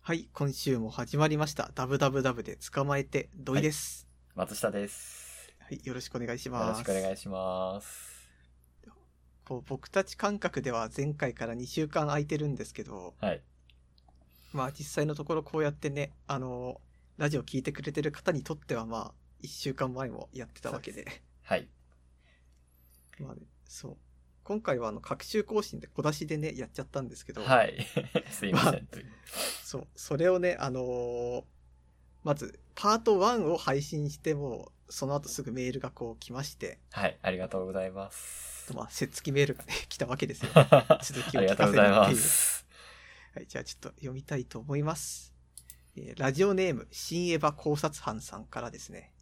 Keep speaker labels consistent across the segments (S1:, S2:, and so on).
S1: はい、今週も始まりました。ダブダブダブで捕まえて土井です、
S2: 松下です。
S1: はい。よろしくお願いし
S2: よ
S1: ま
S2: ろ
S1: す。
S2: しくお願いします。
S1: こう僕たち感覚では前回から2週間空いてるんですけど、
S2: はい。
S1: まあ実際のところこうやってね、あの、ラジオ聞いてくれてる方にとってはまあ、1週間前もやってたわけで。
S2: はい。
S1: まあね、そう。今回はあの、各週更新で小出しでね、やっちゃったんですけど、
S2: はい。 すいません。という
S1: そう、それをね、あのーまず、パート1を配信しても、その後すぐメールがこう来まして、
S2: はい。ありがとうござい ます。
S1: まあ、せっつきメールがね、来たわけですよ。は
S2: あ
S1: 続きを
S2: り
S1: 聞
S2: がと
S1: か
S2: う
S1: せ
S2: ご
S1: るっていう
S2: ざいます。
S1: い、じゃあちょっと読みたいと思います。えーラジオネーム、新エヴァ考察班さんからですね。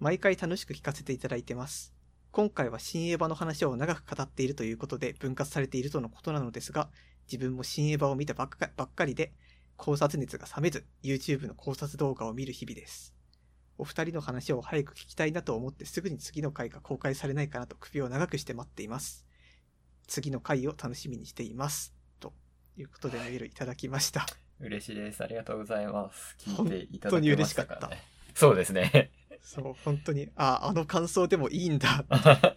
S1: 毎回楽しく聞かせていただいてます。今回は新エヴァの話を長く語っているということで分割されているとのことなのですが、自分も新エヴァを見たばっかばっかりで、考察熱が冷めず、YouTube の考察動画を見る日々です。お二人の話を早く聞きたいなと思ってすぐに次の回が公開されないかなと首を長くして待っています。次の回を楽しみにしています。ということでメールいただきま した。
S2: 嬉しいです。ありがとうございます。聞いていた
S1: 本
S2: だ
S1: 当に
S2: け
S1: 嬉
S2: ま
S1: し
S2: し
S1: かったた
S2: かね。そうですね。
S1: そう、本当に、あ、あの感想でもいいんだ。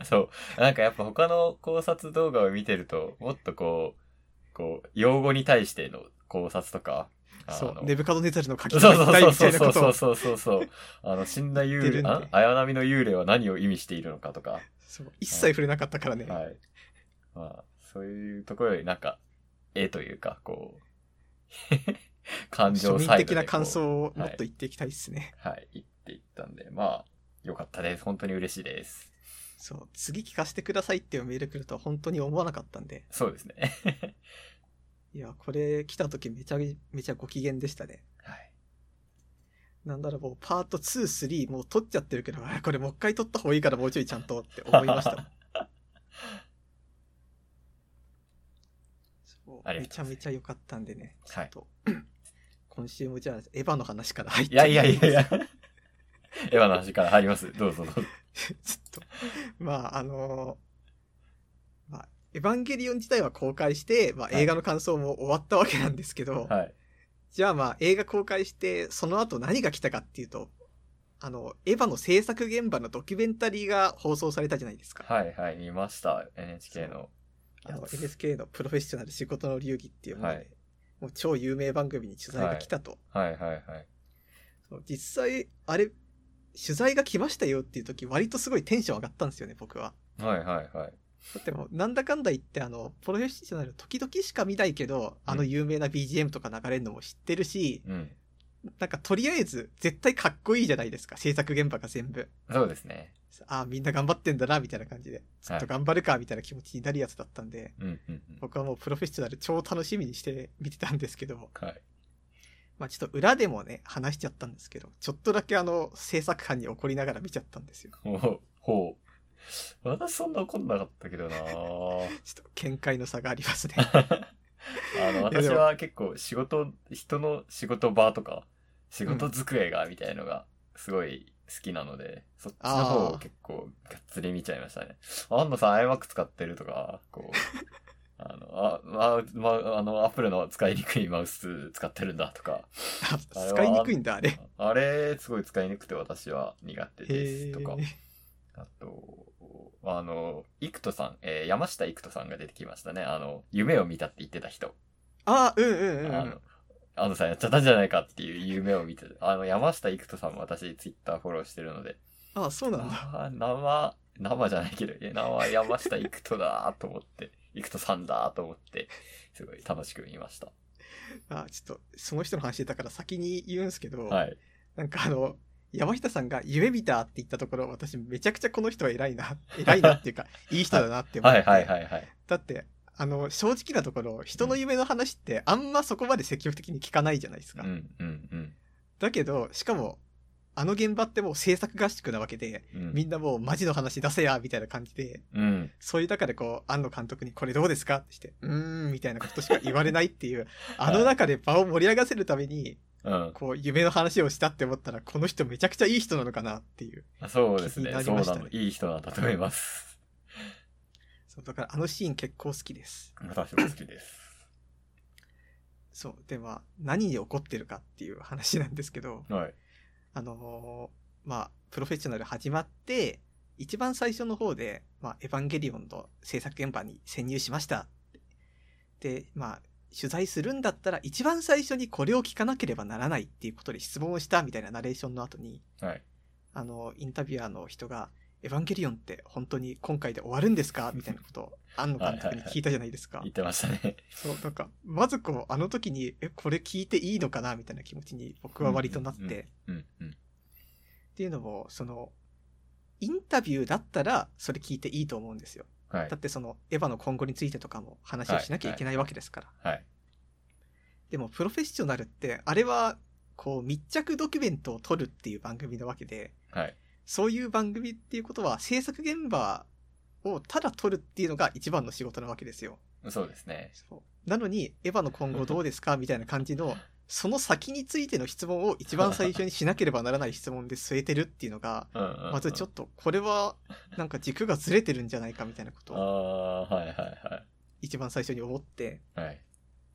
S2: そう。なんかやっぱ他の考察動画を見てると、もっとこう、こう、用語に対しての考察とか、あ
S1: そう、
S2: の
S1: ネブカドネザルの書き
S2: そ
S1: 換
S2: うそ
S1: えたいうみたいな
S2: そ
S1: こ
S2: う
S1: と
S2: そ
S1: を
S2: う。そうそうそう。あの、死んだ
S1: 言っ
S2: 幽
S1: てる
S2: 霊、
S1: んで
S2: あ綾波の幽霊は何を意味しているのかとか。
S1: そう一切触れなかったからね。
S2: はい。まあ、そういうところよりなんか、絵というか、こう、 感情
S1: 庶民
S2: サイド
S1: 的
S2: でこ
S1: な
S2: う
S1: 感想をもっと言っていきたいですね。
S2: はい、言っていったんで、まあ、よかったです。本当に嬉しいです。
S1: そう、次聞かせてくださいっていうメール来るとは本当に思わなかったんで。
S2: そうですね。
S1: いや、これ来た時めちゃめちゃご機嫌でしたね。
S2: はい。
S1: なんだろう、もうパート2、3もう撮っちゃってるけど、あこれもう一回撮った方がいいからもうちょいちゃんとって思いま したもん。そう
S2: ありが
S1: め
S2: とう
S1: ちゃ
S2: ございます
S1: めちゃ良かったんでね。ちょ
S2: は
S1: っ
S2: い
S1: と、 今週もじゃあ、エヴァの話から入って
S2: いやいやいやいや。エヴァの話から入ります。どうぞどうぞ。
S1: ちょっと、まあ、あのまあ、エヴァンゲリオン自体は公開して、まあ、
S2: はい
S1: 映画の感想も終わったわけなんですけど、
S2: はい。
S1: じゃあまあ、映画公開して、その後何が来たかっていうと、あの、エヴァの制作現場のドキュメンタリーが放送されたじゃないですか。
S2: はいはい、見ました。NHK の
S1: あ
S2: や
S1: の、
S2: つ。
S1: NHK のプロフェッショナル仕事の流儀っていうもので、
S2: はい
S1: もう超有名番組に取材が来たと。
S2: はいはいはい。
S1: そう実際、あれ、取材が来ましたよっていう時、割とすごいテンション上がったんですよね、僕は。
S2: はいはいはい。
S1: だってもうなんだかんだ言ってあのプロフェッショナル時々しか見ないけどあの有名な BGM とか流れるのも知ってるし、
S2: うん。
S1: なんかとりあえず絶対かっこいいじゃないですか制作現場が全部
S2: そうですね。
S1: ああみんな頑張ってんだなみたいな感じでちょっと頑張るかみたいな気持ちになるやつだったんで、
S2: うんうんうん。
S1: 僕はもうプロフェッショナル超楽しみにして見てたんですけど
S2: はい。
S1: まあちょっと裏でもね話しちゃったんですけどちょっとだけあの制作班に怒りながら見ちゃったんですよ
S2: ほう。ほう。私そんな怒んなかったけどな
S1: ちょっと見解の差があり ますね
S2: あの、
S1: いやで
S2: 私
S1: も
S2: は結構仕事、人の仕事場とか、仕事机が、みたいのが、すごい好きなので、そっちの方
S1: あー
S2: を結構、がっつり見ちゃいましたね。あんのさん iMac 使ってるとか、こう、 あの、あ、ま、ま、あの、アップルの使いにくいマウス使ってるんだとか、
S1: あ使いにくいんだあれ
S2: あれ、すごい使いにくくて私は苦手です
S1: へ
S2: と
S1: ー
S2: か、あと、あの、イクトさん、えー山下イクトさんが出てきましたね。あの、夢を見たって言ってた人。
S1: ああうんうんうん、う
S2: あ
S1: ん
S2: の、あのさんやっちゃったんじゃないかっていう夢を見て、あの、山下育人さんも私ツイッターフォローしてるので、
S1: ああ、そうなんだ。
S2: あー生、生じゃないけど、え生山下育人だーと思って、育人さんだーと思って、すごい楽しく見ました。
S1: あちょっと、その人の話だから先に言うんすけど、
S2: はい。
S1: なんかあの、山下さんが夢見たって言ったところ、私めちゃくちゃこの人は偉いな、偉いなっていう か、いい人だなって思っ
S2: は
S1: て。
S2: いはいはいはい。
S1: だって、あの、正直なところ、人の夢の話ってあんまそこまで積極的に聞かないじゃないです
S2: う
S1: か。
S2: んうんうん。
S1: だけど、しかも、あの現場ってもう制作合宿なわけで、
S2: うん
S1: みんなもうマジの話出せや、みたいな感じで、
S2: うん。
S1: そういう中でこう、庵野監督にこれどうですかってして、うーん、みたいなことしか言われないって いう、あの中で場を盛り上がせるために、
S2: うん。
S1: こう、夢の話をしたって思ったら、この人めちゃくちゃいい人なのかなっていう。
S2: そうですね
S1: 気に。なり
S2: そう
S1: ました
S2: な
S1: ね
S2: の。いい人なんだと思います。
S1: そう、だからあのシーン結構好きです。
S2: 私も好きです。
S1: そう。で、まあ、何に起こってるかっていう話なんですけど、
S2: はい。
S1: あのーまあ、プロフェッショナル始まって、一番最初の方で、まあ、エヴァンゲリオンの制作現場に潜入しました。で、まあ、取材するんだったら一番最初にこれを聞かなければならないっていうことで質問をしたみたいなナレーションの後に、
S2: はい。
S1: あの、インタビュアーの人が、エヴァンゲリオンって本当に今回で終わるんですかみたいなことを、庵野監督に聞いたじゃないですか
S2: 言っ。てましたね。
S1: そう、なんか、まずこう、あの時に、え、これ聞いていいのかなみたいな気持ちに僕は割となって、
S2: うん
S1: っ
S2: うんうん。
S1: ていうのも、その、インタビューだったら、それ聞いていいと思うんですよ。
S2: はい
S1: だっ。てその、エヴァの今後についてとかも話をしなきゃいけないわけですから。
S2: はい。
S1: でも、プロフェッショナルって、あれは、こう、密着ドキュメントを撮るっていう番組なわけで、
S2: はい。
S1: そういう番組っていうことは、制作現場をただ撮るっていうのが一番の仕事なわけですよ。
S2: そうですね。
S1: そうなのに、エヴァの今後どうですかみたいな感じの、その先についての質問を一番最初にしなければならない質問で据えてるっていうのが、
S2: うんうん、うん。
S1: まずちょっと、これは、なんか軸がずれてるんじゃないかみたいなことを
S2: ああー、はいは
S1: 一番最初に思って、
S2: いはい。はい。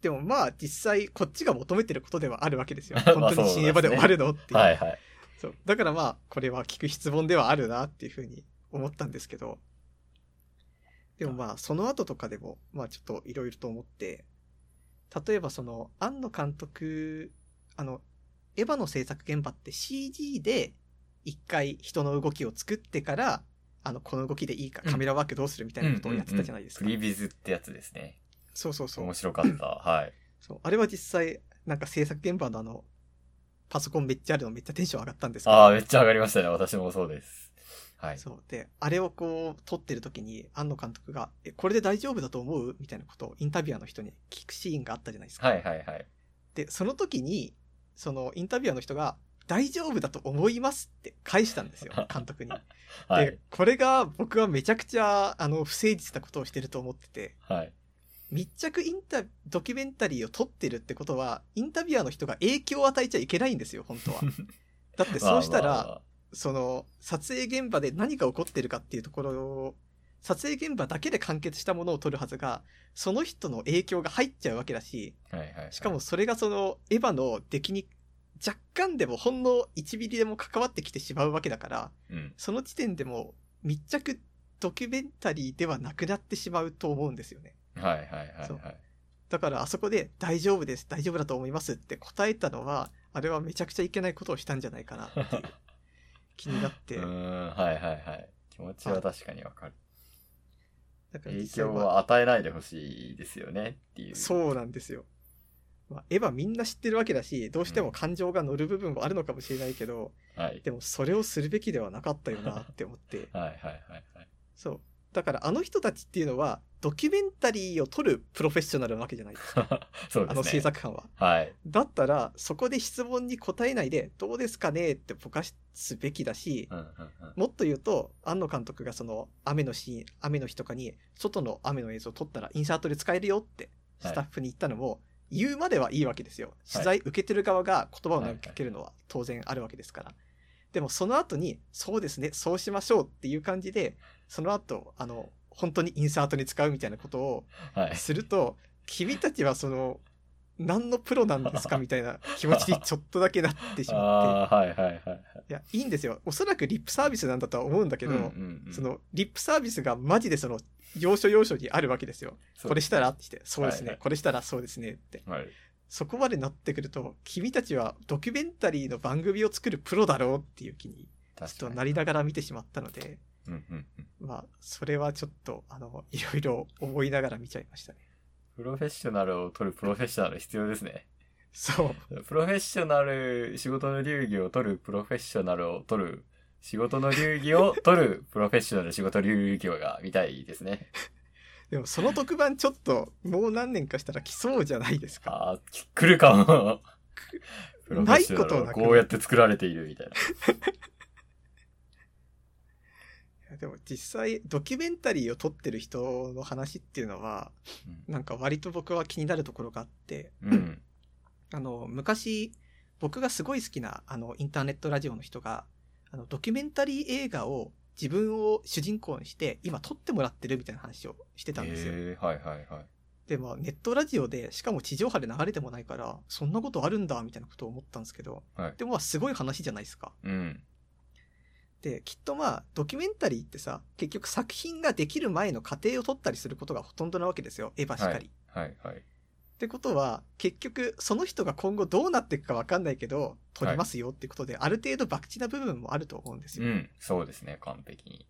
S1: でもまあ実際こっちが求めてることではあるわけですよ
S2: 。まあ
S1: 本当に新エヴァで終わるのっていう。
S2: はいはい。
S1: そう。だからまあ、これは聞く質問ではあるなっていうふうに思ったんですけど、でもまあ、その後とかでも、まあちょっといろいろと思って、例えばその、庵野監督、あの、エヴァの制作現場って CG で一回人の動きを作ってから、あの、この動きでいいか、
S2: うん
S1: カメラワークどうするみたいなことをやってたじゃないですか。
S2: うんうんうんプリビズってやつですね。
S1: そうそうそう
S2: 面。白かった。はい。
S1: そう。あれは実際、なんか制作現場のあの、パソコンめっちゃあるのめっちゃテンション上がったんですけど。
S2: ああ、めっちゃ上がりましたね。私もそうです。はい。
S1: そう。で、あれをこう、撮ってる時に、庵野監督が、え、これで大丈夫だと思うみたいなことをインタビュアーの人に聞くシーンがあったじゃないですか。
S2: はいはいはい。
S1: で、その時に、そのインタビュアーの人が、大丈夫だと思いますって返したんです よ、監督に。
S2: は
S1: で
S2: い。、
S1: これが僕はめちゃくちゃ、あの、不誠実なことをしてると思ってて、
S2: はい。
S1: 密着インタ、ドキュメンタリーを撮ってるってことは、インタビュアーの人が影響を与えちゃいけないんですよ、本 当は。だってそうした
S2: まあまあ
S1: ら
S2: ま、あ
S1: その撮影現場で何が起こってるかっていうところを撮影現場だけで完結したものを撮るはずがその人の影響が入っちゃうわけだし
S2: はいはいはい。
S1: しかも、それがそのエヴァの出来に若干でもほんの1ミリでも関わってきてしまうわけだから
S2: うん。
S1: その時点でも密着ドキュメンタリーではなくなってしまうと思うんですよね
S2: はいはいはいはい
S1: そう。だからあそこで「大丈夫です大丈夫だと思います」って答えたのはあれはめちゃくちゃいけないことをしたんじゃないかな っていう気になって
S2: うーん、はいはいはい。気持ちは確かにわかる。
S1: だから
S2: 影
S1: 実際
S2: 響
S1: は
S2: は与えないでほしいですよねっていう。う。
S1: そうなんですよ。まあ、エヴァみんな知ってるわけだし、どうしても感情が乗る部分もあるのかもしれないけど、
S2: はい。
S1: でもそれをするべきではなかったよなって思 って。
S2: はいはいはいはい。
S1: そう。だからあの人たちっていうのは、ドキュメンタリーを撮るプロフェッショナルなわけじゃないですか。
S2: そう
S1: あ
S2: で
S1: の
S2: す
S1: 制
S2: ね。
S1: 作班は。
S2: はい。
S1: だったら、そこで質問に答えないで、どうですかねってぼかすべきだし、
S2: うんうんうん。
S1: もっと言うと、庵野監督がその雨のシーン、雨の日とかに、外の雨の映像を撮ったらインサートで使えるよって、スタッフに言ったのも、言うまではいいわけですよ。取材受けてる側が言葉を投げかけるのは当然あるわけですから。でもその後に、そうですね、そうしましょうっていう感じで、その後、あの、本当にインサートに使うみたいなことを
S2: はい。
S1: すると、君たちはその、何のプロなんですかみたいな気持ちにちょっとだけなってしまって。
S2: ああ、はいはいはいはい。
S1: いや、いいんですよ。おそらくリップサービスなんだとは思うんだけど、
S2: うんうんうん
S1: そ、の、リップサービスがマジでその、要所要所にあるわけですよ。これしたらってして、そうですね、
S2: はいはい
S1: これしたらそうですねって。
S2: はい。
S1: そこまでなってくると、君たちはドキュメンタリーの番組を作るプロだろうっていう気に、ち
S2: 確
S1: ょ
S2: か
S1: っと
S2: に。
S1: なりながら見てしまったので、
S2: うんうんうん。
S1: まあ、それはちょっと、あの、 いろいろ思いながら見ちゃいましたね。
S2: プロフェッショナルを取るプロフェッショナル必要ですね。
S1: そう。
S2: プロフェッショナル、仕事の流儀を取るプロフェッショナルを取る、仕事の流儀を取るプロフェッショナル仕事流儀が見たいですね。
S1: でも、その特番ちょっと、もう何年かしたら来そうじゃないですか。
S2: ああ、き来るかも。プロフェッショナ
S1: ないこ
S2: ル
S1: と
S2: は
S1: なく
S2: こうやって作られている みたいな。
S1: いやでも、実際、ドキュメンタリーを撮ってる人の話っていうのは、なんか割と僕は気になるところがあって、
S2: うん。うん
S1: あの、昔、僕がすごい好きな、あの、インターネットラジオの人が、あの、ドキュメンタリー映画を自分を主人公にして、今撮ってもらってるみたいな話をしてたんですよ。
S2: へえはいはいはい。
S1: で、まあ、ネットラジオで、しかも地上波で流れてもないから、そんなことあるんだ、みたいなことを思ったんですけど、
S2: はい
S1: でもまあ、すごい話じゃないですか。
S2: うん。
S1: で、きっとまあ、ドキュメンタリーってさ、結局作品ができる前の過程を取ったりすることがほとんどなわけですよ。エヴァしかり。
S2: はい。はい、はい。
S1: ってことは、結局、その人が今後どうなっていくかわかんないけど、取りますよってことで、ある程度博打な部分もあると思うんです
S2: う
S1: よ。
S2: ん。そうですね、完璧に。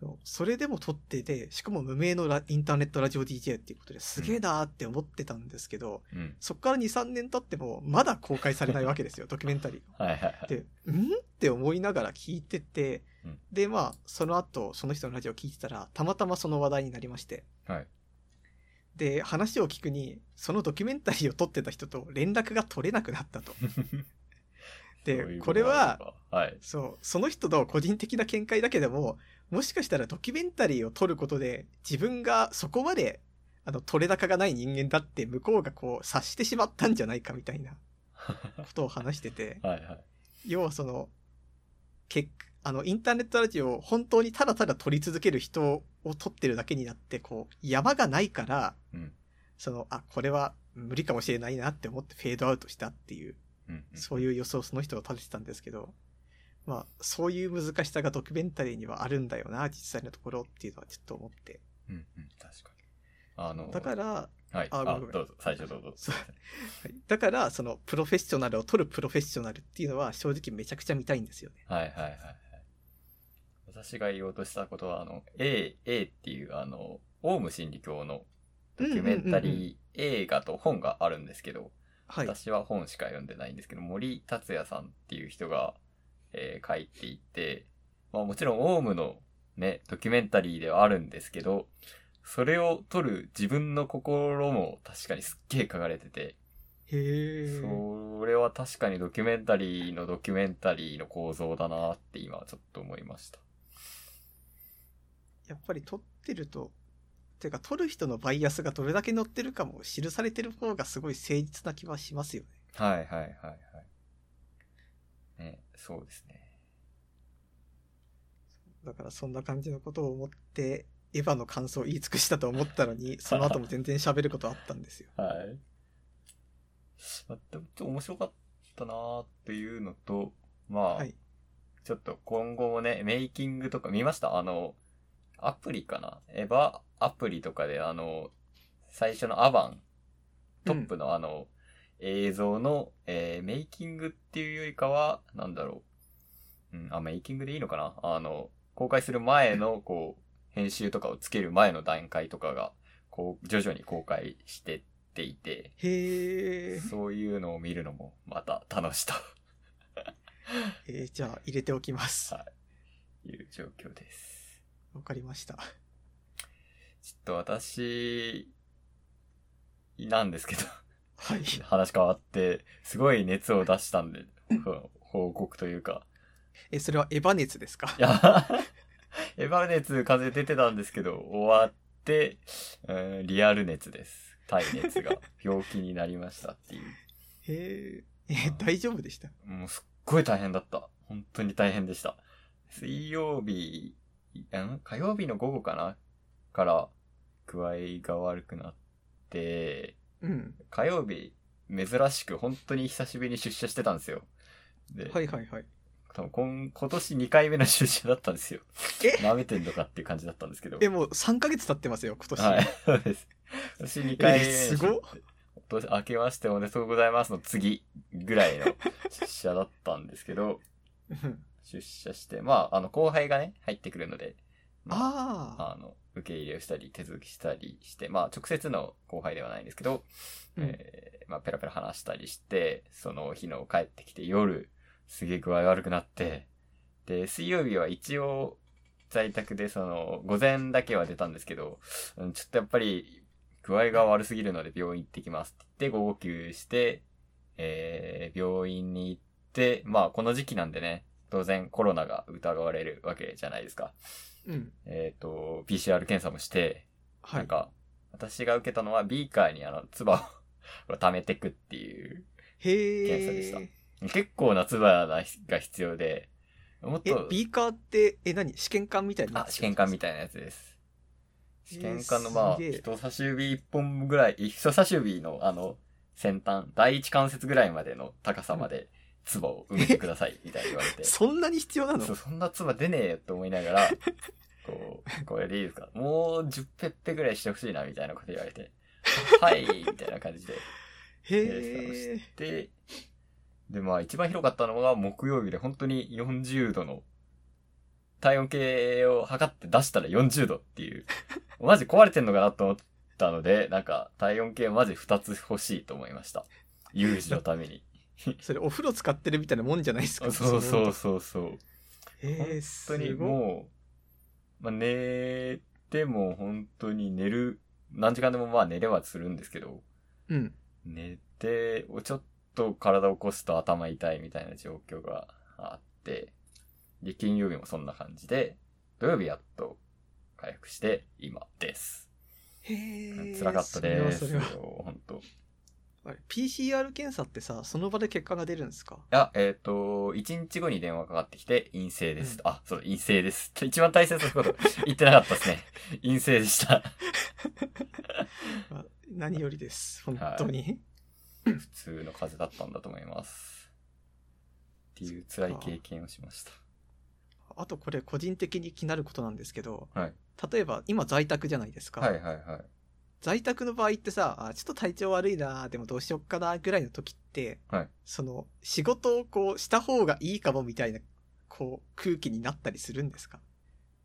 S1: そうそれでも撮ってて、しかも無名のラインターネットラジオ DJ っていうことですげえなーって思ってたんですけど、
S2: うん。
S1: そっから2、3年経ってもまだ公開されないわけですよ、ドキュメンタリー。
S2: はい、はい、はい。
S1: で、んって思いながら聞いてて、
S2: うん
S1: で、まあ、その後、その人のラジオ聞いてたら、たまたまその話題になりまして、
S2: はい
S1: で、話を聞くに、そのドキュメンタリーを撮ってた人と連絡が取れなくな ったと。で、
S2: そういう
S1: これは、
S2: とがあるのか、はい。
S1: そう、その人の個人的な見解だけでも、もしかしたらドキュメンタリーを撮ることで、自分がそこまで、あの、取れ高がない人間だって、向こうがこう、察してしまったんじゃないかみたいなことを話してて、
S2: はい、はい。
S1: 要はその、結あの、インターネットラジオを本当にただただ撮り続ける人を撮ってるだけになって、こう、山がないから、
S2: うん
S1: その、あ、これは無理かもしれないなって思ってフェードアウトしたっていう、
S2: うん。うん
S1: そういう予想をその人は立ててたんですけど、まあ、そういう難しさがドキュメンタリーにはあるんだよな、実際のところっていうのはちょっと思って。
S2: うん、うん、確かに。あの、
S1: だから、
S2: はい、
S1: あ
S2: あ
S1: ごめんごめん
S2: どうぞ、最初どうぞ。
S1: そうはいだから、その、プロフェッショナルを撮るプロフェッショナルっていうのは正直めちゃくちゃ見たいんですよね。
S2: はい、はい、はい。はい私が言おうとしたことは、あの、A、A っていう、あの、オウム真理教のドキュメンタリー映画と本があるんですけど、
S1: はい。
S2: 私は本しか読んでないんですけど、森達也さんっていう人が、えー書いていて、まあもちろんオウムのね、ドキュメンタリーではあるんですけど、それを撮る自分の心も確かにすっげえ書かれてて、
S1: へえ。
S2: それは確かにドキュメンタリーのドキュメンタリーの構造だなって今ちょっと思いました。
S1: やっぱり撮ってると、てか撮る人のバイアスがどれだけ乗ってるかも記されてる方がすごい誠実な気はしますよね。
S2: はいはいはいはい。ね、そうですね。
S1: だからそんな感じのことを思って、エヴァの感想を言い尽くしたと思ったの に、その後も全然喋ることあったんですよ。
S2: はい。まあでもちょっと面白かったなーっていうのと、まあ、
S1: はい。
S2: ちょっと今後もね、メイキングとか見ましたあの、アプリかなエヴァアプリとかで、あの、最初のアバン、トップのあの、映像の、えーメイキングっていうよりかは、なんだろう。うん、あ、メイキングでいいのかなあの、公開する前の、こう、編集とかをつける前の段階とかが、こう、徐々に公開してっていて、
S1: へえ。
S2: そういうのを見るのもまた楽しいと
S1: えーじゃあ入れておきます。
S2: は
S1: わ
S2: いう状況です。
S1: かりました。
S2: ちょっと私、なんですけど、
S1: はい。
S2: 話変わって、すごい熱を出したんで、 ほ報告というか。
S1: え、それはエヴァ熱ですか
S2: いや、 エヴァ熱風出てたんですけど、終わって、うんリアル熱です。体熱が病気になりましたっていう。
S1: へえ。え、大丈夫でした
S2: もうすっごい大変だった。本当に大変でした。水曜日、ん火曜日の午後かなから、具合が悪くなって、
S1: うん。
S2: 火曜日、珍しく本当に久しぶりに出社してたんですよ。で、
S1: はいはいはい。
S2: 多分今今年2回目の 出社だったんですよ。
S1: え
S2: 舐めてんのかっていう感じだったんですけど。
S1: え、もう3ヶ月経ってますよ、今年。
S2: はい、そうです。今年2回目
S1: えす
S2: の
S1: ごっ
S2: 今年明けましておめでとうございますの次ぐらいの出社だったんですけど、
S1: うん
S2: 出社して、まあ、あの、後輩がね、入ってくるので、まあ
S1: ああ。
S2: あの、受け入れをしたり、手続きしたりして、まあ、直接の後輩ではないんですけど、
S1: うん
S2: えーまあ、ペラペラ話したりして、その日の帰ってきて夜、すげえ具合悪くなって、で、水曜日は一応、在宅で、その、午前だけは出たんですけど、うんちょっとやっぱり、具合が悪すぎるので病院行ってきますって言って、午後休して、えー病院に行って、まあ、この時期なんでね、当然コロナが疑われるわけじゃないですか。
S1: うん。
S2: えっ、と、PCR 検査もして、
S1: は
S2: なん
S1: い。
S2: か、私が受けたのはビーカーにあの、唾を これ溜めてくっていう、
S1: へえ。
S2: 検査でした結構な唾が必要で、もっ
S1: え
S2: と、、
S1: ビーカーって、え、何試験管みたいな
S2: あ、試験管みたいなやつです。試験管のまあ、
S1: すげえ
S2: 人差し指一本ぐらい、人差し指のあの、先端、第一関節ぐらいまでの高さまで、唾を埋めてくだ さい、みたいに言われて。
S1: そんなに必要なの
S2: そうそんな唾出ねえよって思いながら、こう、 これでいいですかもう10ペッペぐらいしてほしいな、みたいなこと言われて。はい、みたいな感じで。
S1: へえ。
S2: で、で、まあ一番広かったのが木曜日で本当に40度の、体温計を測って出したら40度っていう、 マジ壊れてんのかなと思ったので、なんか体温計マジ2つ欲しいと思いました。有事のた めに。
S1: それお風呂使ってるみたいなもんじゃないです
S2: そ
S1: か。
S2: う そう
S1: その
S2: そうそう。
S1: へえ、
S2: 本当に
S1: すごい。
S2: もう、まあ、寝ても本当に寝る、何時間でもまあ寝れはするんですけど、
S1: うん。
S2: 寝て、ちょっと体を起こすと頭痛いみたいな状況があって、で、金曜日もそんな感じで、土曜日やっと回復して、今です。
S1: へえ。
S2: 辛かったです
S1: それはそれは
S2: よ、本当。い
S1: あれ PCR 検査ってさ、その場で結果が出るんですか
S2: や、えっ、と、1日後に電話かかってきて、陰性です。
S1: うん
S2: あ、そう、陰性です。 一番大切なこと言ってなかったですね。陰性でした。
S1: あ何よりです。本当に。
S2: 普通の風邪だったんだと思います。っていう辛い経験をしました。
S1: あとこれ個人的に気になることなんですけど、
S2: はい
S1: 例えば今在宅じゃないですか。
S2: はいはいはい。
S1: 在宅の場合ってさ、あちょっと体調悪いな、でもどうしよっかな、ぐらいの時って、
S2: はい
S1: その、仕事をこう、した方がいいかもみたいな、こう、空気になったりするんですか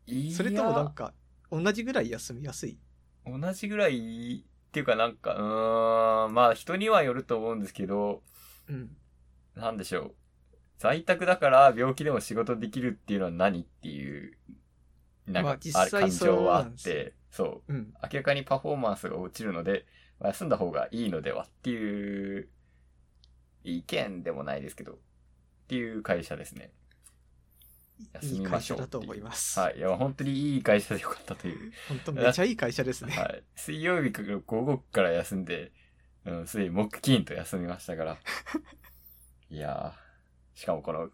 S2: いや
S1: それともなんか、同じぐらい休みやすい
S2: 同じぐらいっていうかなんか、うーん、まあ人にはよると思うんですけど、
S1: うん。
S2: なんでしょう。在宅だから病気でも仕事できるっていうのは何っていう、なんか、
S1: まあ実際
S2: あれ感情はあっ
S1: そうなん
S2: て、そ
S1: う
S2: う。
S1: ん。
S2: 明らかにパフォーマンスが落ちるので、まあ休んだ方がいいのではっていう、意見でもないですけど、っていう会社ですね。休
S1: いい
S2: みま
S1: 会
S2: し
S1: 社
S2: ょう
S1: だと思います。
S2: はい。いや、本当にいい会社でよかったという。
S1: 本当めちゃいい会社ですね。
S2: はい。水曜日から午後から休んで、うん、水木金と休みましたから。いやー、しかもこの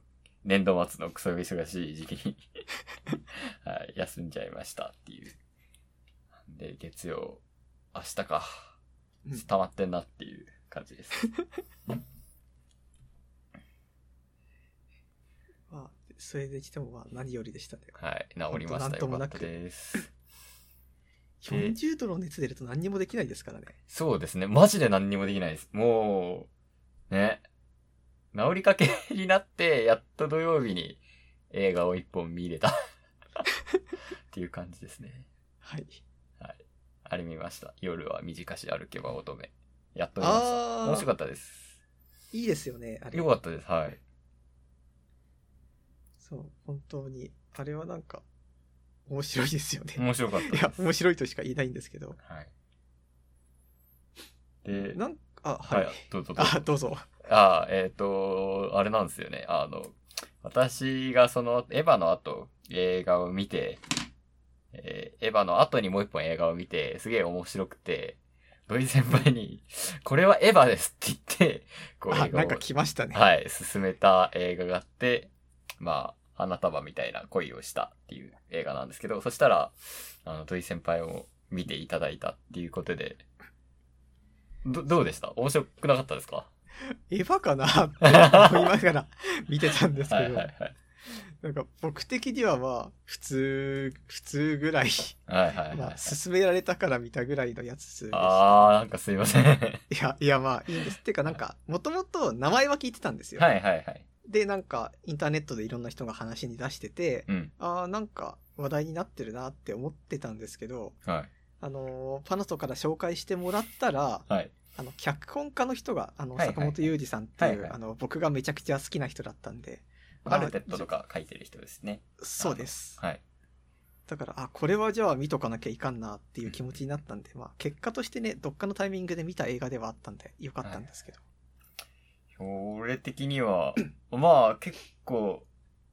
S2: 年度末のクソ忙しい時期に、はい、休んじゃいましたっていう。で、月曜、明日か
S1: うん。
S2: 溜まってんなっていう感じです。
S1: まあ、それでしてもまあ何よりでしたね。
S2: はい、治りまし
S1: ほんとな
S2: た。
S1: んと
S2: よ
S1: も
S2: か
S1: な
S2: っ
S1: く
S2: たです。え
S1: 40度の熱出ると何にもできないですからね。
S2: そうですね。マジで何にもできないです。もう、ね。治りかけになって、やっと土曜日に映画を一本 見れた。っていう感じですね。
S1: はい。
S2: あれ見ました。夜は短し歩けば乙女。やっと見ました。
S1: あ
S2: 面白か
S1: あ、
S2: ったです。
S1: いいですよね、あれ
S2: よ。かったです。はい。
S1: そう、本当に。あれはなんか、面白いですよね。
S2: 面白かった
S1: いや
S2: で、す。
S1: 面白いとしか言いないんですけど。
S2: はい。で、
S1: なんか、あ、
S2: は、
S1: はいい。
S2: どうぞどうぞ
S1: あ、。どうぞ。
S2: ああ、えっ、と、あれなんですよね。あの、私がその、エヴァの後、映画を見て、えーエヴァの後にもう一本映画を見て、すげえ面白くて、土井先輩に、 これはエヴァですって言って、こう
S1: あ、
S2: 映画
S1: な
S2: を
S1: ん、か来ましたね。
S2: はい、進めた映画があって、まあ、花束みたいな恋をしたっていう映画なんですけど、そしたら、あの、土井先輩を見ていただいたっていうことで、ど、どうでした面白くなかったですか
S1: エヴァかなって思いながら見てたんですけど、
S2: はいはいはい。
S1: なんか僕的にはまあ、普通、普通ぐらい、
S2: はいはいはい。
S1: まあ、勧められたから見たぐらいのやつでした。
S2: あー、なんかすい ません。はい
S1: いや、いやまあ、いいんです。っていうかなんか、もともと名前は聞いてたんですよ。
S2: はいはい。
S1: で、なんか、インターネットでいろんな人が話に出してて、
S2: うん。
S1: あーなんか話題になってるなって思ってたんですけど、
S2: は
S1: あのーパナソから紹介してもらったら、
S2: い。はい。
S1: あの、脚本家の人が、あの、
S2: はいはい
S1: 坂本裕二さんっていう、
S2: はいはい
S1: あの、僕がめちゃくちゃ好きな人だったんで、
S2: カルテットと
S1: か。
S2: か書いてる人ですね。
S1: そうです。
S2: はい。
S1: だから、あ、これはじゃあ見とかなきゃいかんなっていう気持ちになったんで、まあ、結果としてね、どっかのタイミングで見た映画ではあったんで、よかったんですけど。
S2: 俺的には、 まあ結構、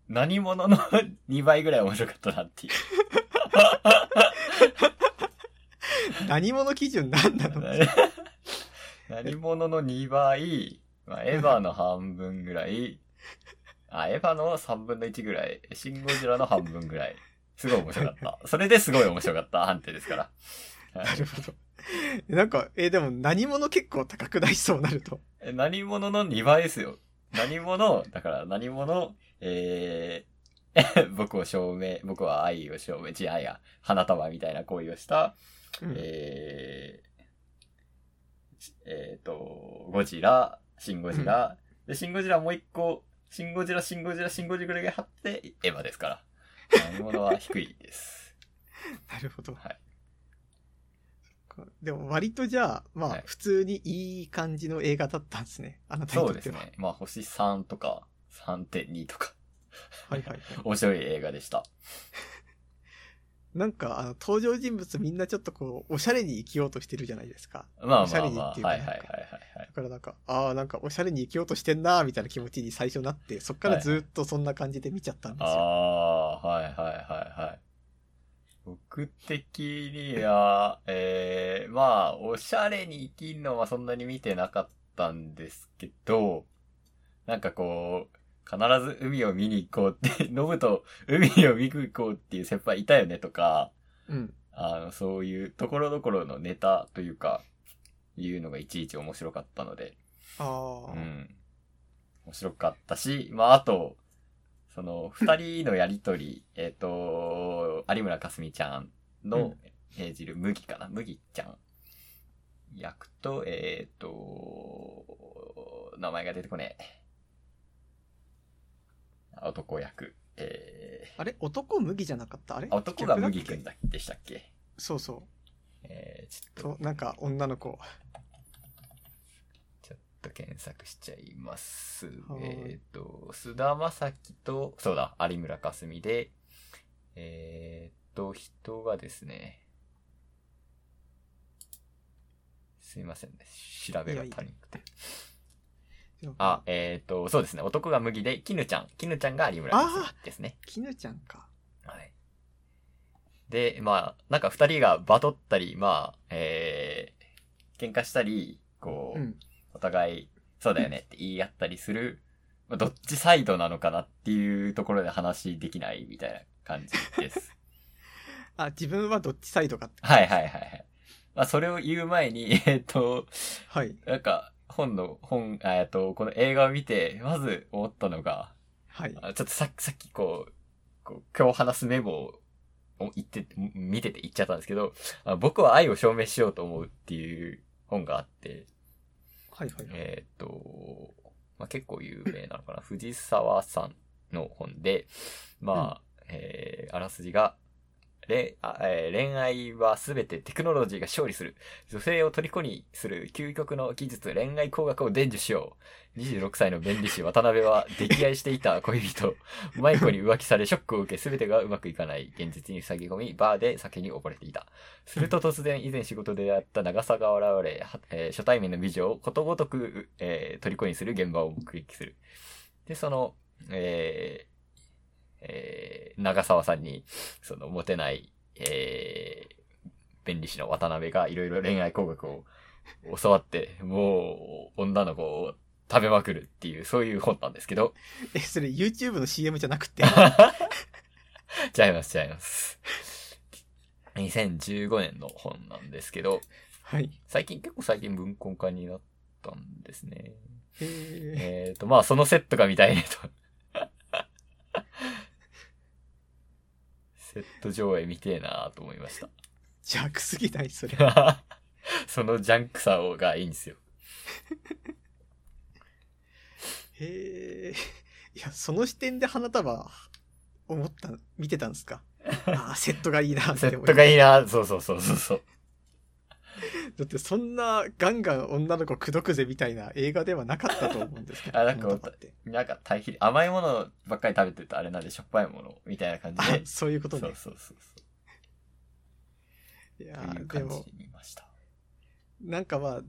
S2: 何者の 2倍ぐらい面白かったな っていう。
S1: 何者基準なんなの
S2: 何者の2倍、まあ、エヴァの半分ぐらい、あ、エヴァの3分の1ぐらい、シン・ゴジラの半分ぐらい。すごい面白かった。それですごい面白かった判定ですから。はい
S1: なるほど。なんか、えーでも何者結構高くないそうなると。
S2: え何者の2倍ですよ。何者、だから何者、えー 僕を証明、僕は愛を証明、違う、愛や、花束みたいな行為をした、
S1: うん、
S2: えーしえーと、ゴジラ、シンゴジラ、で、シンゴジラもう一個、シンゴジラ、シンゴジラ、シンゴジラぐらい貼って、エヴァですから。何者は低 いです。
S1: なるほど。
S2: はい。
S1: でも割とじゃあ、ま
S2: は
S1: あ
S2: い、
S1: 普通にいい感じの映画だったんですね。あなたに
S2: そ
S1: と
S2: う
S1: っ
S2: です
S1: ては。
S2: ね。まあ、星3とか、3.2とか、
S1: はいはいはい。
S2: 面白い映画でした。
S1: なんか、あの、登場人物みんなちょっとこう、おしゃれに生きようとしてるじゃないですか。
S2: まあ
S1: おしゃ
S2: まあ
S1: れに
S2: まあ、
S1: っていうか
S2: はいはい
S1: なん
S2: はい
S1: か
S2: はいはい
S1: だ。からなんか、ああ、なんかおしゃれに生きようとしてんなーみたいな気持ちに最初なって、そっからずっとそんな感じで見ちゃったんですよ。
S2: ああ、はいはいはいはい。僕的 には、えー、まあ、おしゃれに生きるのはそんなに見てなかったんですけど、なんかこう、必ず海を見に行こうって、 ノブと海を見に行こうっていう先輩いたよねとか、
S1: うん。
S2: あの、そういうところどころのネタというか、いうのがいちいち面白かったので、
S1: ああ、
S2: うん。面白かったし、まあ、あと、その、二人のやりとり、 えっと、有村架純ちゃんの、
S1: うん
S2: えー演じる麦かな麦ちゃん。役と、えっ、と、名前が出てこねえ。男役。え
S1: あれ男麦じゃなかったあれ
S2: ー、あ男が麦
S1: 逆
S2: く
S1: だっけ
S2: んだっけでしたっけ
S1: そうそう。
S2: えー、ちょっと
S1: と、なんか女の子。
S2: ちょっと検索しちゃいます。
S1: はい
S2: えっ、と、菅田将暉と、そうだ、有村架純で、えっ、と、人がですね、すいませんね、調べが足りなくて。あ、えっ、と、そうですね、男が麦で、絹ちゃん、絹ちゃんが有村架純ですね。
S1: きぬちゃんか。
S2: はい。で、まあ、なんか二人がバトったり、まあ、えー、喧嘩したり、こう、
S1: うん。
S2: お互い、そうだよねって言い合ったりする、まあ、どっちサイドなのかなっていうところで話できないみたいな感じです。
S1: あ、自分はどっちサイドかって。
S2: はいはいはいはい。まあ、それを言う前に、 えっ、と、
S1: はい。
S2: なんか、本の、本、あえっと、この映画を見て、まず思ったのが、
S1: はい。
S2: あちょっとさっき、さっきこう、こう今日話すメモをお言って、ん見てて言っちゃったんですけど、あ僕は愛を証明しようと思うっていう本があって、
S1: はいはい。
S2: えーっと、まあ、結構有名なのか な。藤沢さんの本で、まあ、えーあらすじが、れあえー恋愛はすべてテクノロジーが勝利する。女性を虜にする究極の技術、恋愛工学を伝授しよう。26歳の弁理士渡辺は溺愛していた恋人、舞子に浮気されショックを受け全てがうまくいかない。現実に塞ぎ込み、バーで酒に溺れていた。すると突然、以前仕事で出会った長さが現れ、は えー初対面の美女をことごとく、えー、虜にする現場を目撃する。で、その、えーえー長澤さんに、その、モテない、えー弁理士の渡辺がいろいろ恋愛工学を教わって、もう、女の子を食べまくるっていう、そういう本なんですけど、
S1: え、それ YouTube の CM じゃなくて。
S2: ちゃいます、ちゃいます。2015年の本なんですけど、
S1: はい。
S2: 最近、結構最近文庫化になったんですね。
S1: え
S2: えっ、と、まあ、そのセットが見たいねと。 セット上映見てえなと思いまし
S1: ー、弱すぎないそれ。
S2: た。 そのジャンクさがいいんですよ。
S1: えー、い や、その視点で花束、思った、見てたんです か。ああ、セットがいいなっ
S2: セ
S1: て
S2: ッ
S1: 思
S2: ト
S1: い
S2: がいいなそうそうそうそうそう。
S1: だってそんなガンガン女の子口説くぜみたいな映画ではなかったと思うんですけど。
S2: あなんか
S1: 花束って
S2: なんか大変、甘いものばっかり食べてるとあれなんでしょっぱいものみたいな感じ
S1: あ
S2: で。
S1: そういうこ
S2: そ
S1: と
S2: うそ
S1: ね
S2: う。そうそう。
S1: いや
S2: という
S1: ーで
S2: 感じで
S1: も、
S2: 見ました。
S1: なんかまあ、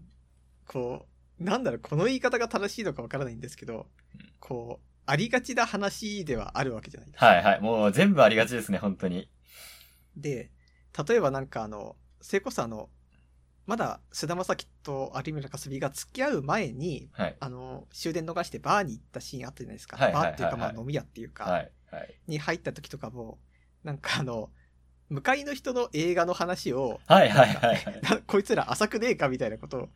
S1: こう、なんだろう、この言い方が正しいのかわからないんですけど、
S2: うん
S1: こう、ありがちな話ではあるわけじゃないですか。
S2: はいはい。もう全部ありがちですね、本当に。
S1: で、例えばなんかあの、それこそあの、まだ菅田将暉と有村架純が付き合う前に、
S2: はい。
S1: あの、終電逃してバーに行ったシーンあったじゃないですか。
S2: はいはいはいは
S1: バ
S2: い
S1: ーっていうかまあ飲み屋っていうか、
S2: はい。はい。
S1: に入った時とかも、なんかあの、向かいの人の映画の話を、
S2: はいはいはいはい。
S1: なこいつら浅くねえかみたいなことを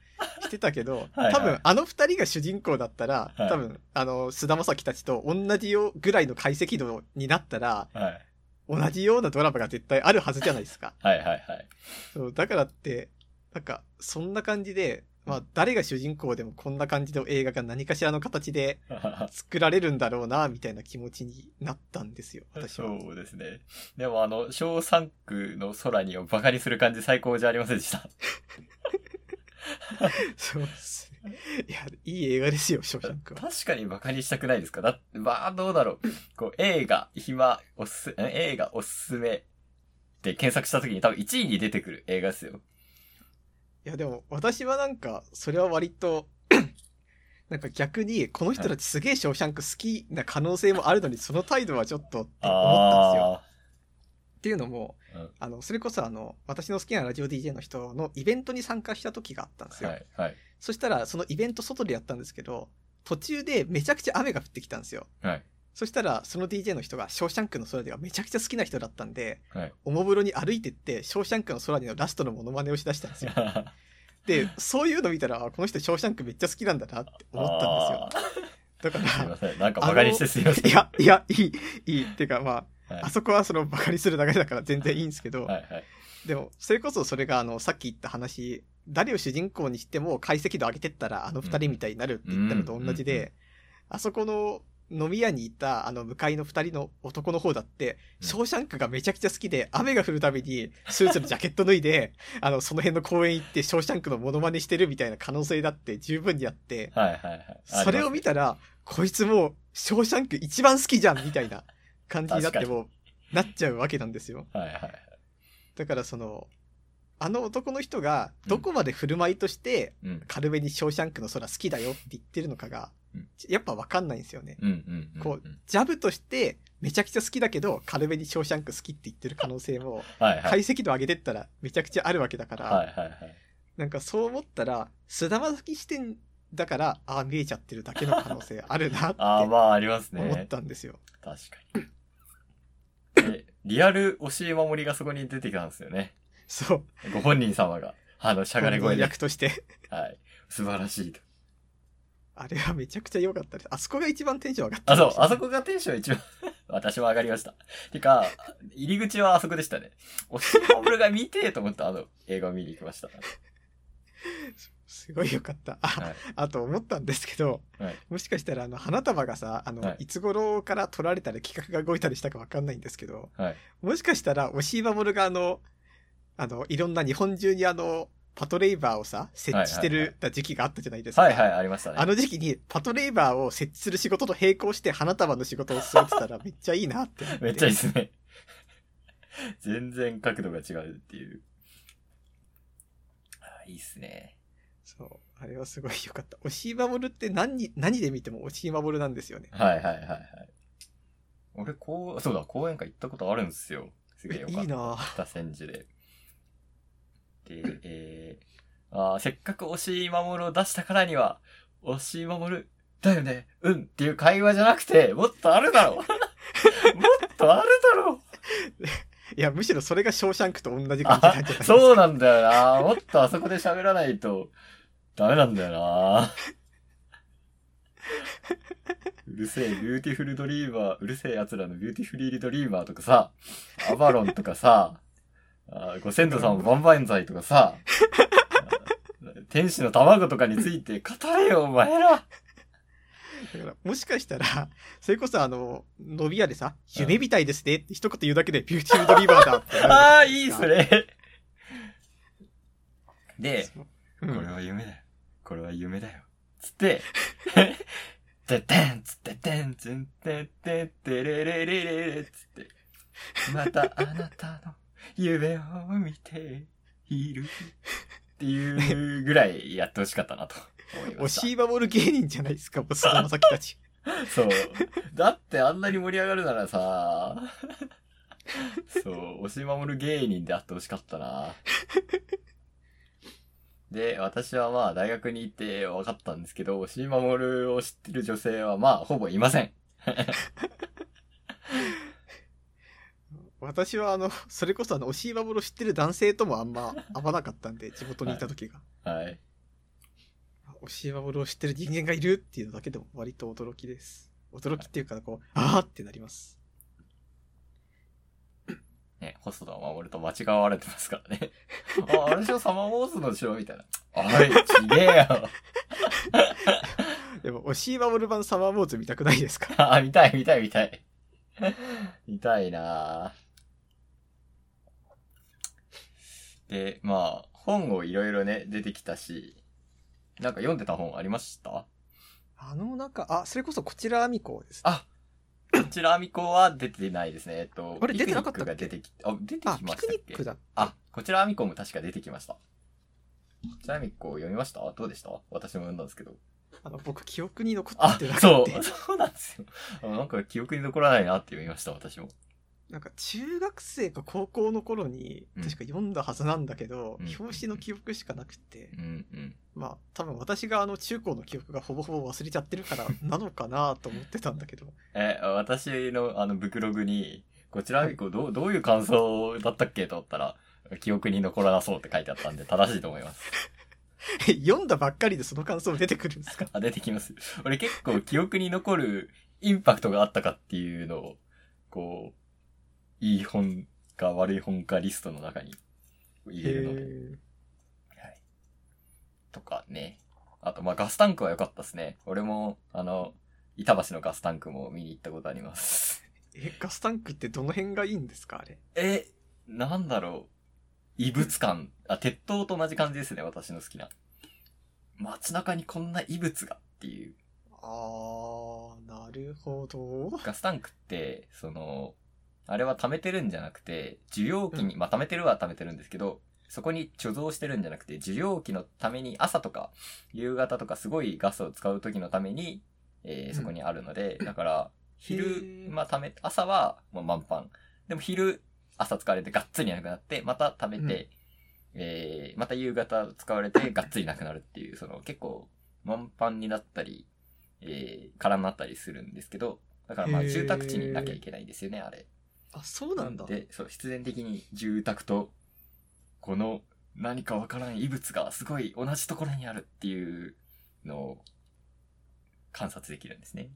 S1: してたけど
S2: はいはい
S1: 多分あの二人が主人公だったら、
S2: はい
S1: 多分あの菅田将暉たちと同じようぐらいの解析度になったら
S2: はい
S1: 同じようなドラマが絶対あるはずじゃないですか
S2: はいはいはい。
S1: そうだからってなんかそんな感じで、まあ、誰が主人公でもこんな感じの映画が何かしらの形で作られるんだろうなみたいな気持ちになったんですよ私は。
S2: そうですね。でもあの、小三区の空にをバカにする感じ最高じゃありませんでした。
S1: そうですねいやいい映画ですよショーシャンクは。
S2: 確かにバカにしたくないですかだって、まあどうだろう。こう、映画、暇、おすす、ん映画おすすめって検索した時に多分1位に出てくる映画ですよ。
S1: いやでも私はなんかそれは割と なんか逆にこの人たちすげえショーシャンク好きな可能性もあるのにその態度はちょっとって思ったんですよ。
S2: あ
S1: っていうのも、
S2: うん
S1: あのそれこそあの私の好きなラジオ DJ の人のイベントに参加した時があったんです
S2: ー
S1: よ。
S2: はい、はい、
S1: そしたらそのイベント外でやったんですけど途中でめちゃくちゃ雨が降ってきたんですよ。
S2: はい、
S1: そしたらその DJ の人が「ショーシャンクの空」ではめちゃくちゃ好きな人だったんで、
S2: はい
S1: おもむろに歩いてって「ショーシャンクの空」にのラストのモノマネをしだしたんですよ。
S2: あ
S1: で、そういうの見たら、あこの人、ショーシャンクめっちゃ好きなんだなって 思ったんですよ。だ
S2: ーすい
S1: か
S2: ません。なんかバカにしてすいません。
S1: ら、いや、いや、いい、いい。ってか、まあ、
S2: はい
S1: あそこはその、バカにする流れだから全然いいんですけど、
S2: はい、はい。
S1: でも、それこそそれが、あの、さっき言った話、誰を主人公にしても解析度上げてったら、あの二人みたいになるって言ったのと同じ
S2: うんうんうん
S1: で、あそこの、飲み屋にいた、あの、向かいの二人の男の方だって、
S2: うん
S1: ショーシャンクがめちゃくちゃ好きで、雨が降るたびに、スーツのジャケット脱いで、あの、その辺の公園行って、ショーシャンクのモノマネしてるみたいな可能性だって十分にあって、
S2: はい、はい、はい。
S1: それを見たら、こいつもう、ショーシャンク一番好きじゃんみたいな感じになって
S2: 確か
S1: もう、なっちゃうわけなんですよ。
S2: ありますねはい、はい。
S1: だからその、あの男の人が、どこまで振る舞いとして、
S2: うん、
S1: 軽めにショーシャンクの空好きだよって言ってるのかが
S2: うん、
S1: やっぱわかんないんですよね。
S2: うん、うんうん。
S1: こうジャブとして、めちゃくちゃ好きだけど、軽めにショーシャンク好きって言ってる可能性も、
S2: はい、はい。
S1: 解析度上げてったらめちゃくちゃあるわけだから、
S2: はい、はい、はい。
S1: なんかそう思ったら、菅田将暉視点だから、ああ見えちゃってるだけの可能性あるなって
S2: ああ、まあ、ありますね。
S1: 思ったんですよ。
S2: 確かに。え、リアル押井守がそこに出てきたんですよね。
S1: そう。
S2: ご本人様が。あの、しゃがれ声で。
S1: 役として。
S2: はい。素晴らしいと。
S1: あれはめちゃくちゃ良かったです。あそこが一番テンション上がった
S2: あ、
S1: か
S2: そ
S1: も
S2: う
S1: し。れない。
S2: あそこがテンション一番、 私も上がりました。てか、入り口はあそこでしたね。押井守が見てえと思ったあの、映画を見に行きました。
S1: すごい良かった。あ、
S2: はい
S1: あと思ったんですけど、
S2: はい
S1: もしかしたらあの、花束がさ、あの、
S2: はい
S1: い、つ頃から撮られたり企画が動いたりしたかわかんないんですけど、
S2: はい。
S1: もしかしたら、押井守があの、あの、いろんな日本中にあの、パトレイバーをさ、設置して
S2: はいはい
S1: る時期があったじゃないですか。
S2: はいはい、ありました
S1: あ
S2: ね。
S1: の時期にパトレイバーを設置する仕事と並行して花束の仕事を進めてたらめっちゃいいなって思って。
S2: めっちゃいい
S1: い。
S2: ですね。全然角度が違うっていう。あいいっすね。
S1: そう。あれはすごい良かった。押井守って何に、何で見ても押井守なんですよね。
S2: はいはいはいはい。俺、こう、そうだ、講演会行ったことあるんですよ。すげえよ
S1: い
S2: かっ
S1: い
S2: た。
S1: なぁ
S2: 北千住で。で、えー、あーせっかく押井守を出したからには、押井守、だよね、うんっていう会話じゃなくて、もっとあるだろう もっとあるだろう
S1: いや、むしろそれがショーシャンクと同じ感じなんじゃない
S2: あ
S1: です、か。
S2: そうなんだよな。もっとあそこで喋らないと、ダメなんだよな。うるせえ、ビューティフルドリーマー、うるせえ奴らのビューティフリードリーマーとかさ、アバロンとかさ、あご先祖さんバンバンザイとかさ、あ天使の卵とかについて語れよ、お前ら。
S1: だから、もしかしたら、 それこそあの、伸び屋でさ、夢みたいですねって一言言うだけでビューティードリーバーだって なる
S2: ああ、いいっすね。で、
S1: う
S2: これ
S1: ん
S2: は夢だよ。これは夢だよ。つって、 てってんつってってんつってってってれれれれれつって、またあなたの夢を見ているっていうぐらいやってほしかったなと思いま
S1: 押
S2: し
S1: 井守芸人じゃないですか、もう菅田将暉たち。
S2: た。そう。だってあんなに盛り上がるならさ、そう、押し守る芸人であってほしかったな。で、私はまあ大学に行って分かったんですけど、押し守るを知ってる女性はまあほぼいません。
S1: 私はあの、それこそあの、押しバブルを知ってる男性ともあんま合わなかったんで、地元にいた時が。
S2: はい。
S1: 押しバブルを知ってる人間がいるっていうのだけでも割と驚きです。驚きっていうか、こう、あーってなります。
S2: ね、ホストを守ると間違われてますからね。あ、あれでしょサマーウォーズのでしょみたいな。おい、ちげえよ。
S1: でも、押しバブル版サマーウォーズ見たくないですか
S2: あ、見たい見たい見たい。見たいなぁで、まあ、本をいろいろね、出てきたし、なんか読んでた本ありました
S1: あの、なんか、あ、それこそこちらアミコです。
S2: あこちらアミコは出てないですね。えっと、
S1: あれ出てなかったっけ
S2: ピクニックが出てき、あ、出てき
S1: あ、
S2: ま
S1: ピ
S2: した
S1: ク
S2: っ
S1: ニ
S2: け
S1: ックだ。
S2: あ、こちらアミコも確か出てきました。こちらアミコ読みましたどうでした私も読んだんですけど。
S1: あの、僕、記憶に残っ
S2: あ
S1: てな、くて。
S2: そう、そうなんですよ。あなんか記憶に残らないなって読みました、私も。
S1: なんか中学生か高校の頃に
S2: うん
S1: 確か読んだはずなんだけど、
S2: うん
S1: 表紙の記憶しかなくて、
S2: うんうん。
S1: まあ多分私があの中高の記憶がほぼほぼ忘れちゃってる からなのかなと思ってたんだけど、
S2: え、私のあの、ブクログに、こちらアミコどう、どういう感想だったっけと思ったら、記憶に残らなそうって書いてあったんで、正しいと思います。
S1: 読んだばっかりでその感想出てくるんですか
S2: あ、出てきます。俺結構記憶に残るインパクトがあったかっていうのを、こう、いい本か悪い本かリストの中に入れるので。
S1: へ
S2: はい。とかね。あと、まあ、ガスタンクは良かったですね。俺も、あの、板橋のガスタンクも見に行ったことあります。
S1: ーえ、ガスタンクってどの辺がいいんですかあれ。
S2: え、なんだろう。異物感。あ、鉄塔と同じ感じですね、私の好きな。街中にこんな異物がっていう。
S1: あー、なるほど。
S2: ガスタンクって、その、あれは貯めてるんじゃなくて、需要期に、まあ、貯めてるは貯めてるんですけど、そこに貯蔵してるんじゃなくて、需要期のために朝とか、夕方とかすごいガスを使う時のために、えーそこにあるので、だから、昼、
S1: ー
S2: まあ、貯め、朝は、まあ、満帆。でも昼、朝使われてがっつりなくなって、また貯めて、えーまた夕方使われてがっつりなくなるっていう、その結構満帆になったり、えー、空になったりするんですけど、だからまあ
S1: へー
S2: 住宅地になきゃいけないんですよね、あれ。
S1: あ、そうなんだ。
S2: で、そう、必然的に住宅と、この何かわからん異物がすごい同じところにあるっていうのを観察できるんですね。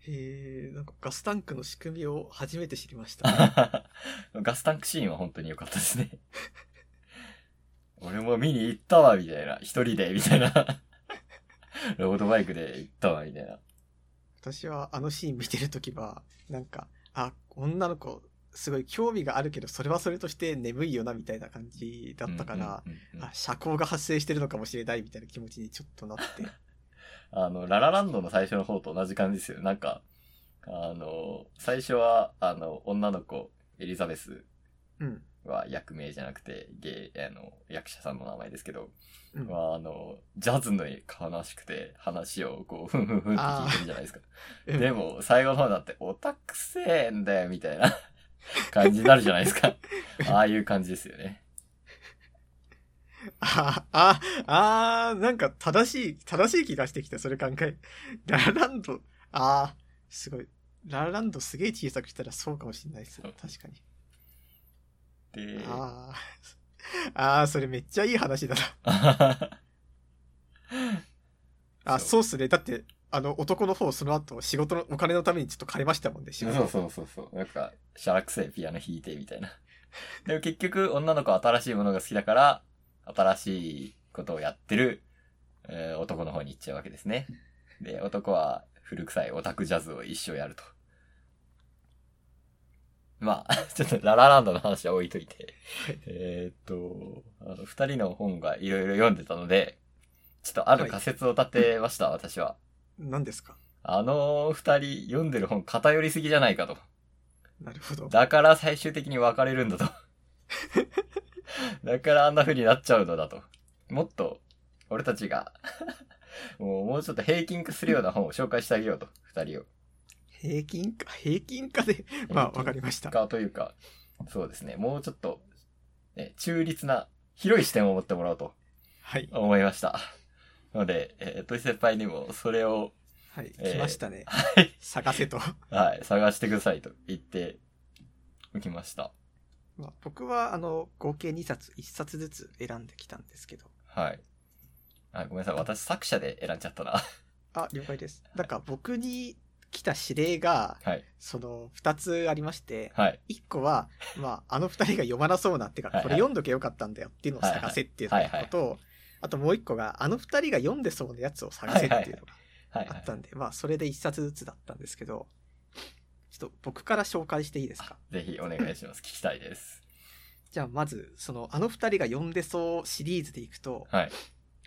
S1: へー、なんかガスタンクの仕組みを初めて知りまし た。
S2: ガスタンクシーンは本当に良かったですね。 俺も見に行ったわ、みたいな。一人で、みたいな。 ロードバイクで行ったわ、みたいな。
S1: 私はあのシーン見てるときは、なんか、あ、女の子、すごい興味があるけど、それはそれとして眠いよな、みたいな感じだったから、
S2: うんうんうんうん
S1: あ、社交が発生してるのかもしれない、みたいな気持ちにちょっとなって。
S2: あの、ララランドの最初の方と同じ感じですよ。なんか、あの、最初は、あの、女の子、エリザベス
S1: うん。
S2: は役名じゃなくて、ゲイ、あの、役者さんの名前ですけど、
S1: うん
S2: は、あの、ジャズの悲しくて、話をこう、ふんふんふんって聞いてるじゃないですか。
S1: うん
S2: でも、最後の方だって、オタクせえんだよ、みたいな 感じになるじゃないで すか。ああいう感じですよね。
S1: あ、あ、あー、なんか正しい、正しい気がしてきた、それ考え。ララランド、あー、すごい。ララランドすげえ小さくしたらそうかもしれないです。確かに。
S2: で、
S1: あー、あー、それめっちゃいい話だな。 あ、
S2: そ
S1: そうっすね。だって、あの、男の方、その後、仕事の、お金のためにちょっと変えましたもんね、仕
S2: そう
S1: 事。
S2: そうそうそう。なんか、シャラくせえピアノ弾いてみたいな。 でも結局、女の子は新しいものが好きだから、新しいことをやってる、えー男の方に行っちゃうわけですね。で、男は古臭いオタクジャズを一生やると。まあ、 ちょっとララランドの話は置いといて
S1: はい。
S2: えーっと、あの、二人の本がいろいろ読んでたので、ちょっとある仮説を立てました、私は。
S1: 何ですか
S2: あの二人読んでる本偏りすぎじゃないかと。
S1: なるほど。
S2: だから最終的に別れるんだと。だからあんな風になっちゃうのだと。もっと、俺たちがもう、もうちょっと平均化するような本を紹介してあげようと、二人を。
S1: 平均化、平均化で、まあ、わかりました。
S2: かというか、そうですね、もうちょっと、ね、中立な、広い視点を持ってもらおうと
S1: はい。
S2: 思いました。なので、えー、トイ先輩にもそれを、
S1: はい。
S2: えー
S1: 来ましたね。
S2: はい
S1: 探せと。
S2: はい、探してくださいと言って受けました。
S1: まあ、僕はあの合計2冊1冊ずつ選んできたんですけど
S2: はい。あ、ごめんなさい。私作者で選んじゃったな。
S1: あ了解ですなんか僕に来た指令が
S2: はい。
S1: その2つありまして
S2: はい。
S1: 1個は、まあ、あの2人が読まなそうなってか
S2: はいはい
S1: これ読んどけよかったんだよっていうのを探せっていう
S2: はいはい
S1: のとあともう1個があの2人が読んでそうなやつを探せっていうのが
S2: はい。
S1: あ
S2: はい
S1: ったんでまあそれで1冊ずつだったんですけどちょっと僕から紹介していいですか
S2: ぜひお願いします。聞きたいです。
S1: じゃあまずそのあの2人が読んでそうシリーズでいくと
S2: はい。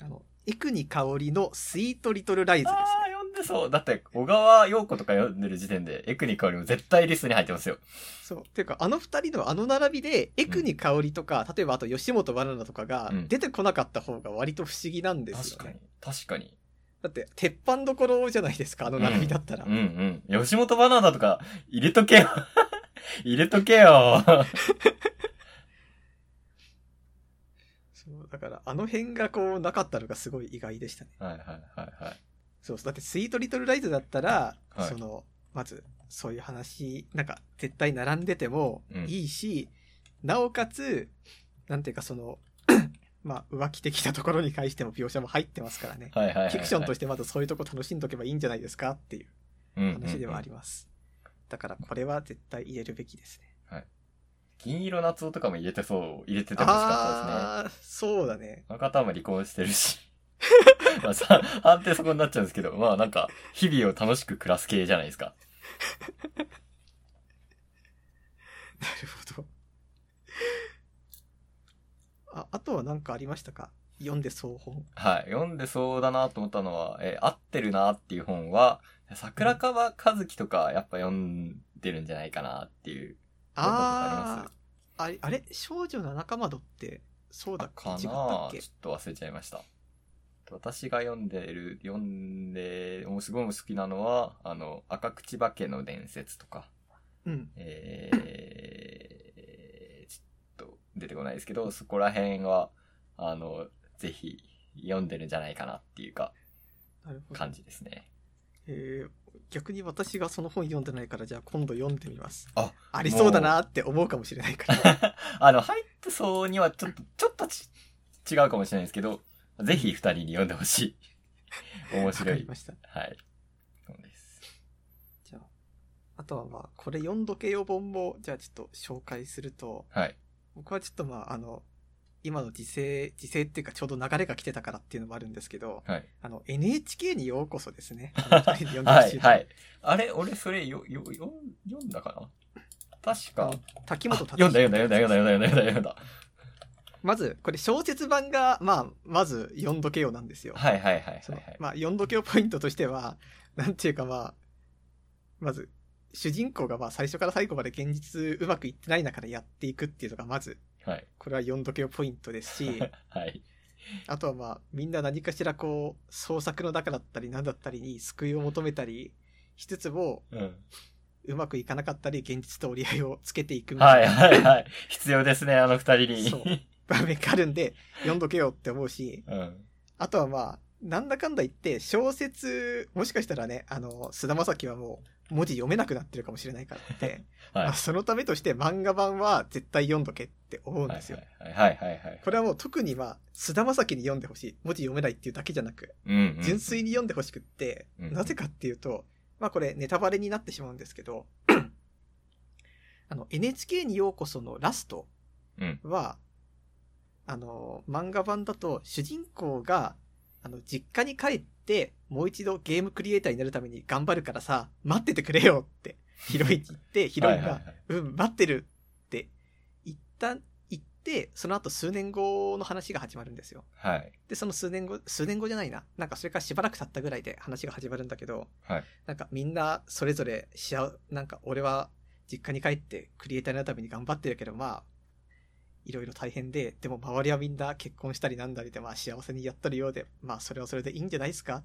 S1: あの、幾に香りのスイートリトルライズです
S2: ああ、
S1: ね。
S2: 読んでそう。だって、小川陽子とか読んでる時点で、エクニカよりも絶対リストに入ってますよ。
S1: そう。っていうか、あの二人のあの並びで、幾に香りとか、例えばあと吉本バナナとかが
S2: うん
S1: 出てこなかった方が割と不思議なんです
S2: 確
S1: よ
S2: か
S1: ね。
S2: に。確かに。
S1: だって、鉄板どころじゃないですか、あの並びだったら。
S2: うんうん。吉本バナナとか、入れとけよ。 入れとけよ。
S1: そう。だから、あの辺がこう、なかったのがすごい意外でしたね。
S2: はいはいはいはい。
S1: そうそう。だって、スイートリトルライズだったら、
S2: はい
S1: その、まず、そういう話、なんか、絶対並んでても
S2: うん
S1: いいし、なおかつ、なんていうか、その、 まあ、浮気的なところに対しても描写も入ってますからね。
S2: はいはいはい、はい。
S1: フィクションとしてまずそういうとこ楽しんどけばいいんじゃないですかっていう
S2: て
S1: 話ではあります。だから、これは絶対入れるべきですね。
S2: 銀色夏男とかも入れてそう、入れててほしかったですね。
S1: あー、そうだね。
S2: あの方も離婚して るし。まあさ、判定そこになっちゃうんですけど、まあなんか、日々を楽しく暮らす系じゃないですか。
S1: なるほど。あ、あとは何かありましたか読んで総本。
S2: はい。読んでそうだなと思ったのは、えー合ってるなっていう本は、桜川和樹とかやっぱ読んでるんじゃないかなっていう。
S1: ああ、あれ、あれ少女の仲間どって、そうだっけ
S2: かなち
S1: 違っ
S2: ょ
S1: た
S2: っ
S1: っけ
S2: と忘れちゃいました。私が読んでる、読んで、もうすごい好きなのは、あの、赤口化けの伝説とか。
S1: うん。
S2: えー、ちょっと出てこないですけど、そこら辺は、あの、ぜひ読んでるんじゃないかなっていうか、
S1: なるほど
S2: 感。じですね。
S1: えー逆に私がその本読んでないから、じゃあ今度読んでみます。
S2: あ、
S1: ありそうだなって思うかもしれないから。
S2: あの、入ってそうにはちょっと、ちょっとち違うかもしれないですけど、ぜひ二人に読んでほし い。面
S1: わ
S2: 白
S1: かり
S2: い
S1: ま。した。
S2: はい。そうです。
S1: じゃあ、あとはまあ、これ読んどけよ本も、じゃあちょっと紹介すると、
S2: はい。
S1: 僕はちょっとまあ、あの、今の時勢、時勢っていうかちょうど流れが来てたからっていうのもあるんですけど、
S2: はい。
S1: あの、NHK にようこそですね。あの二人で読んでほ
S2: は
S1: し
S2: い、
S1: い。
S2: はい。あれ、俺、それ、よ、よ、よ、読んだかな確
S1: あ
S2: か
S1: の。滝
S2: あ
S1: 本
S2: 読んだ、読んだ、読んだ、読んだ、読んだ、読んだ、読んだ。
S1: まず、これ小説版が、まあ、まず読んどけよなんですよ。
S2: はい、はい、はい、はい
S1: その
S2: はい。
S1: まあ、読んどけよポイントとしては、なんていうかまあ、まず、主人公がまあ最初から最後まで現実うまくいってない中でやっていくっていうのがまず、
S2: はい。
S1: これは読んどけよポイントですし、
S2: はい。
S1: あとはまあ、みんな何かしらこう、創作の中だったり何だったりに救いを求めたりしつつも、
S2: うん。
S1: うまくいかなかったり、現実と折り合いをつけていくみた
S2: はいい
S1: な
S2: はいはい。必要ですね、あの二人に。
S1: そう場面があるんで、読んどけよって思うし、
S2: うん。
S1: あとはまあ、なんだかんだ言って、小説、もしかしたらね、あの、菅田将暉はもう、文字読めなくなってるかもしれないからって、
S2: はい
S1: まあ、。そのためとして漫画版は絶対読んどけって思うん
S2: はい
S1: ですよ。
S2: はいはいはいはい。
S1: これはもう特にまあ、菅田将暉に読んでほしい。文字読めないっていうだけじゃなく、
S2: うん、うん。
S1: 純粋に読んでほしくって、
S2: うん
S1: なぜかっていうと、まあこれネタバレになってしまうんですけど、 あの NHK にようこそのラスト
S2: うん
S1: は、あの、漫画版だと主人公が、あの、実家に帰って、もう一度ゲームクリエイターになるために頑張るからさ、待っててくれよって、ヒロインに言って、ヒロイン
S2: はいは
S1: が
S2: い、はい
S1: うん、待ってるって言った、言って、その後数年後の話が始まるんですよ。
S2: はい。
S1: で、その数年後、数年後じゃないな。なんかそれからしばらく経ったぐらいで話が始まるんだけど、
S2: はい。
S1: なんかみんなそれぞれしあう、なんか俺は実家に帰ってクリエイターになるために頑張ってるけど、まあ、いろいろ大変で、でも周りはみんな結婚したりなんだりで、まあ幸せにやっとるようで、まあそれはそれでいいんじゃないですか。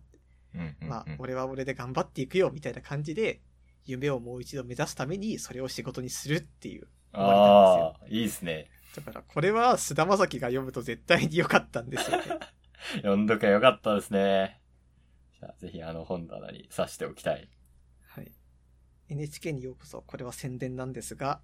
S2: うんうんうん。
S1: まあ俺は俺で頑張っていくよ、みたいな感じで、夢をもう一度目指すためにそれを仕事にするっていう。終わ
S2: ああ、いいですね。
S1: だからこれは菅田将暉が読むと絶対に良かったんですよね。
S2: 読んどけばよかったですね。じゃあ、ぜひあの本棚に刺しておきたい。
S1: はい。NHK にようこそ、これは宣伝なんですが、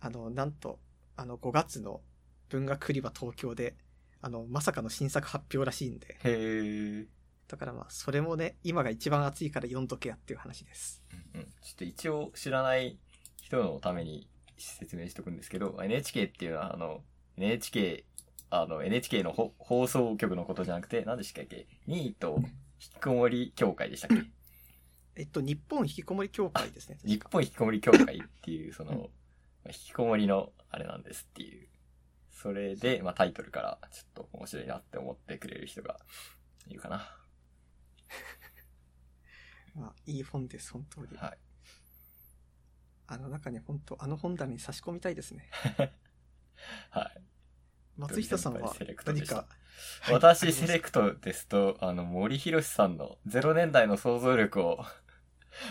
S1: あの、なんと、あの、5月の文学リバ東京で、あの、まさかの新作発表らしいんで、
S2: へえ。
S1: だからまあ、それもね、今が一番暑いから読んどけやっていう話です。
S2: うんうんちょっと一応知らない人のために説明しとくんですけど、NHK っていうのは、あの、NHK、あの、NHK のほ放送局のことじゃなくて、何でしたっけニート引きこもり協会でしたっけ
S1: えっと、日本引きこもり協会ですね。
S2: 日
S1: 確か
S2: 本引きこもり協会っていう、その、引きこもりのあれなんですっていう。それで、まあタイトルから、ちょっと面白いなって思ってくれる人がいるかな。
S1: まあ、いい本です、本当に。
S2: はい。
S1: あの中に本当、あの本棚に差し込みたいですね。
S2: はい。
S1: 松下さんは
S2: セレクトで
S1: 何
S2: した
S1: か、はい
S2: 私、セレクトですと、あの、森博さんの0年代の想像力 を、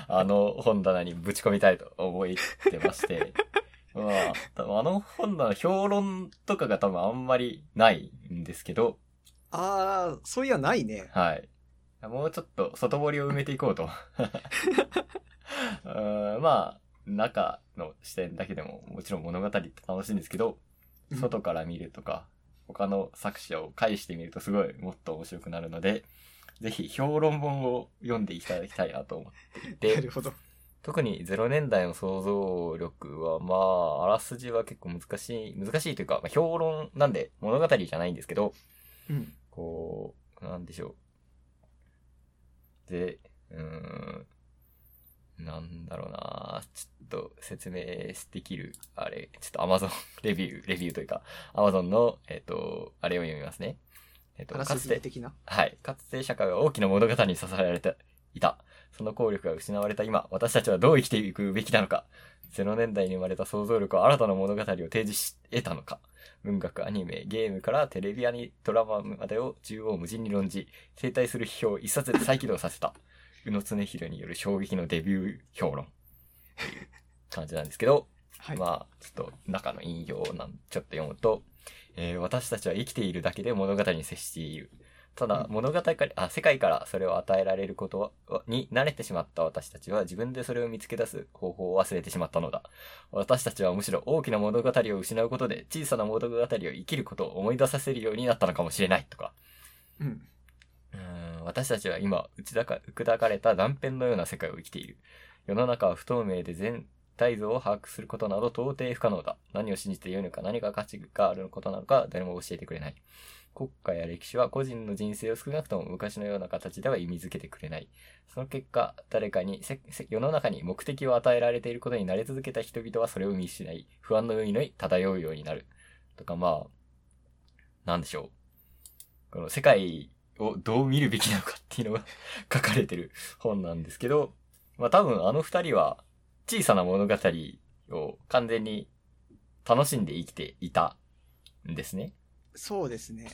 S2: あの本棚にぶち込みたいと思ってまして、まあ、多分あの本棚、評論とかが多分あんまりないんですけど、
S1: ああ、そういやないね。
S2: はい。もうちょっと外堀を埋めていこうと。 うーんまあ、中の視点だけでももちろん物語って楽しいんですけど、外から見るとか、他の作者を介してみるとすごいもっと面白くなるので、ぜひ評論本を読んでいただきたいなと思ってい
S1: な
S2: て
S1: る、ほど。
S2: 特に0年代の想像力は、まあ、あらすじは結構難しい、難しいというか、まあ評論なんで物語じゃないんですけど、
S1: うん。
S2: こう、なんでしょう。で、うーん、なんだろうなちょっと説明できる、あれ、ちょっと Amazon レビュー、レビューというか、Amazon の、えっ、と、あれを読みますね。えっ、と、
S1: あら
S2: か
S1: す
S2: つ
S1: じ
S2: て、
S1: 的な。
S2: はい。かつて社会は大きな物語に支えられていた。その効力が失われた今、私たちはどう生きていくべきなのか。0年代に生まれた想像力は新たな物語を提示し得たのか。文学、アニメ、ゲームからテレビアニドラマまでを縦横無尽に論じ、停滞する批評を一冊で再起動させた。宇野恒弘による衝撃のデビュー評論。という感じなんですけど、
S1: はい。
S2: まあ、ちょっと中の引用をなんちょっと読むと、えー私たちは生きているだけで物語に接している。ただ、
S1: う
S2: 物語から、あ、世界からそれを与えられることはに慣れてしまった私たちは自分でそれを見つけ出す方法を忘れてしまったのだ。私たちはむしろ大きな物語を失うことで小さな物語を生きることを思い出させるようになったのかもしれないとか、
S1: うん。
S2: うーん私たちは今打ちだか砕かれた断片のような世界を生きている世の中は不透明で全体像を把握することなど到底不可能だ何を信じてよいのか何が価値があることなのか誰も教えてくれない国家や歴史は個人の人生を少なくとも昔のような形では意味づけてくれないその結果誰かにせせ世の中に目的を与えられていることに慣れ続けた人々はそれを見失い不安の海に漂うようになるとかまあなんでしょうこの世界をどう見るべきなのかっていうのが書かれてる本なんですけど、まあ多分あの二人は小さな物語を完全に楽しんで生きていたんですね。
S1: そうですね。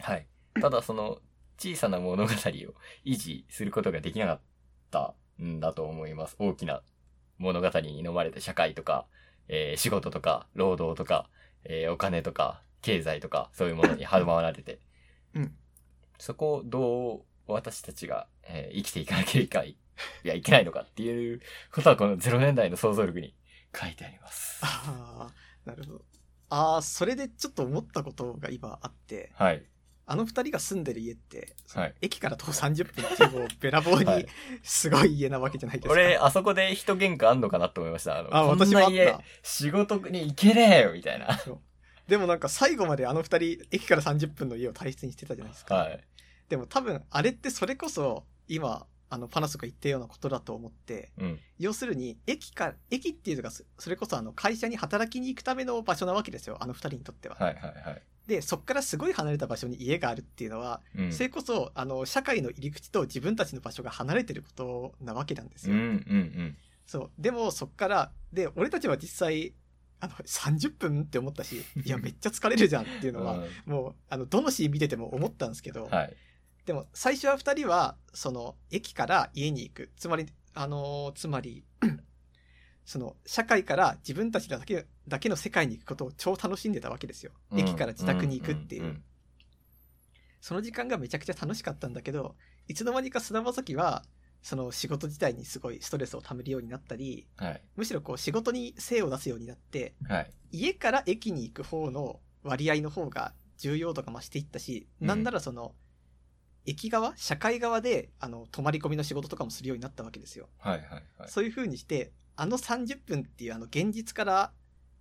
S2: はい。ただその小さな物語を維持することができなかったんだと思います。大きな物語に飲まれて社会とか、えー仕事とか、労働とか、えーお金とか、経済とか、そういうものに阻まれて。
S1: うん。
S2: そこをどう私たちが、えー生きていかなきゃいけない、いや、いけないのかっていうことはこの0年代の想像力に書いてあります。
S1: ああ、 なるほど。ああ、それでちょっと思ったことが今あって、
S2: はい。
S1: あの二人が住んでる家って、
S2: はい。
S1: 駅から徒歩30分っていうもうべらぼう
S2: は
S1: に
S2: い
S1: すごい家なわけじゃないですか。
S2: 俺、あそこで人喧嘩あんのかなと思いました。あの、
S1: あ、
S2: こん
S1: 私も
S2: な
S1: あっ
S2: 家
S1: た、。
S2: 仕事に行けねえよみたいな。
S1: でもなんか最後まであの二人、駅から30分の家を大切にしてたじゃないですか。
S2: はい。
S1: でも多分、あれってそれこそ、今、あの、パナソが言ったようなことだと思って、
S2: うん。
S1: 要するに、駅か、駅っていうのがそ、それこそあの、会社に働きに行くための場所なわけですよ、あの二人にとっては。
S2: はいはいはい。
S1: で、そっからすごい離れた場所に家があるっていうのは、
S2: うん。
S1: それこそ、あの、社会の入り口と自分たちの場所が離れてることなわけなんです
S2: うんう
S1: よ。
S2: ん
S1: そう。でも、そっから、で、俺たちは実際、あの、30分って思った し、いや、めっちゃ疲れるじゃんっていう
S2: うん。
S1: のは、
S2: う
S1: もう、あの、どのシーン見てても思ったんですけど、
S2: んはい。
S1: でも、最初は二人は、その、駅から家に行く。つまり、あのーつまり、 その、社会から自分たちだけ、だけの世界に行くことを超楽しんでたわけですよ。駅から自宅に行くっていう。
S2: んんん
S1: その時間がめちゃくちゃ楽しかったんだけど、いつの間にか菅田将暉は、その仕事自体にすごいストレスをためるようになったり、
S2: はい。
S1: むしろこう仕事に精を出すようになって、
S2: はい。
S1: 家から駅に行く方の割合の方が重要度が増していったし、
S2: うん
S1: なんならその、駅側、社会側で、あの、泊まり込みの仕事とかもするようになったわけですよ。
S2: はい。はい。はい。
S1: そういう風にして、あの30分っていうあの現実から、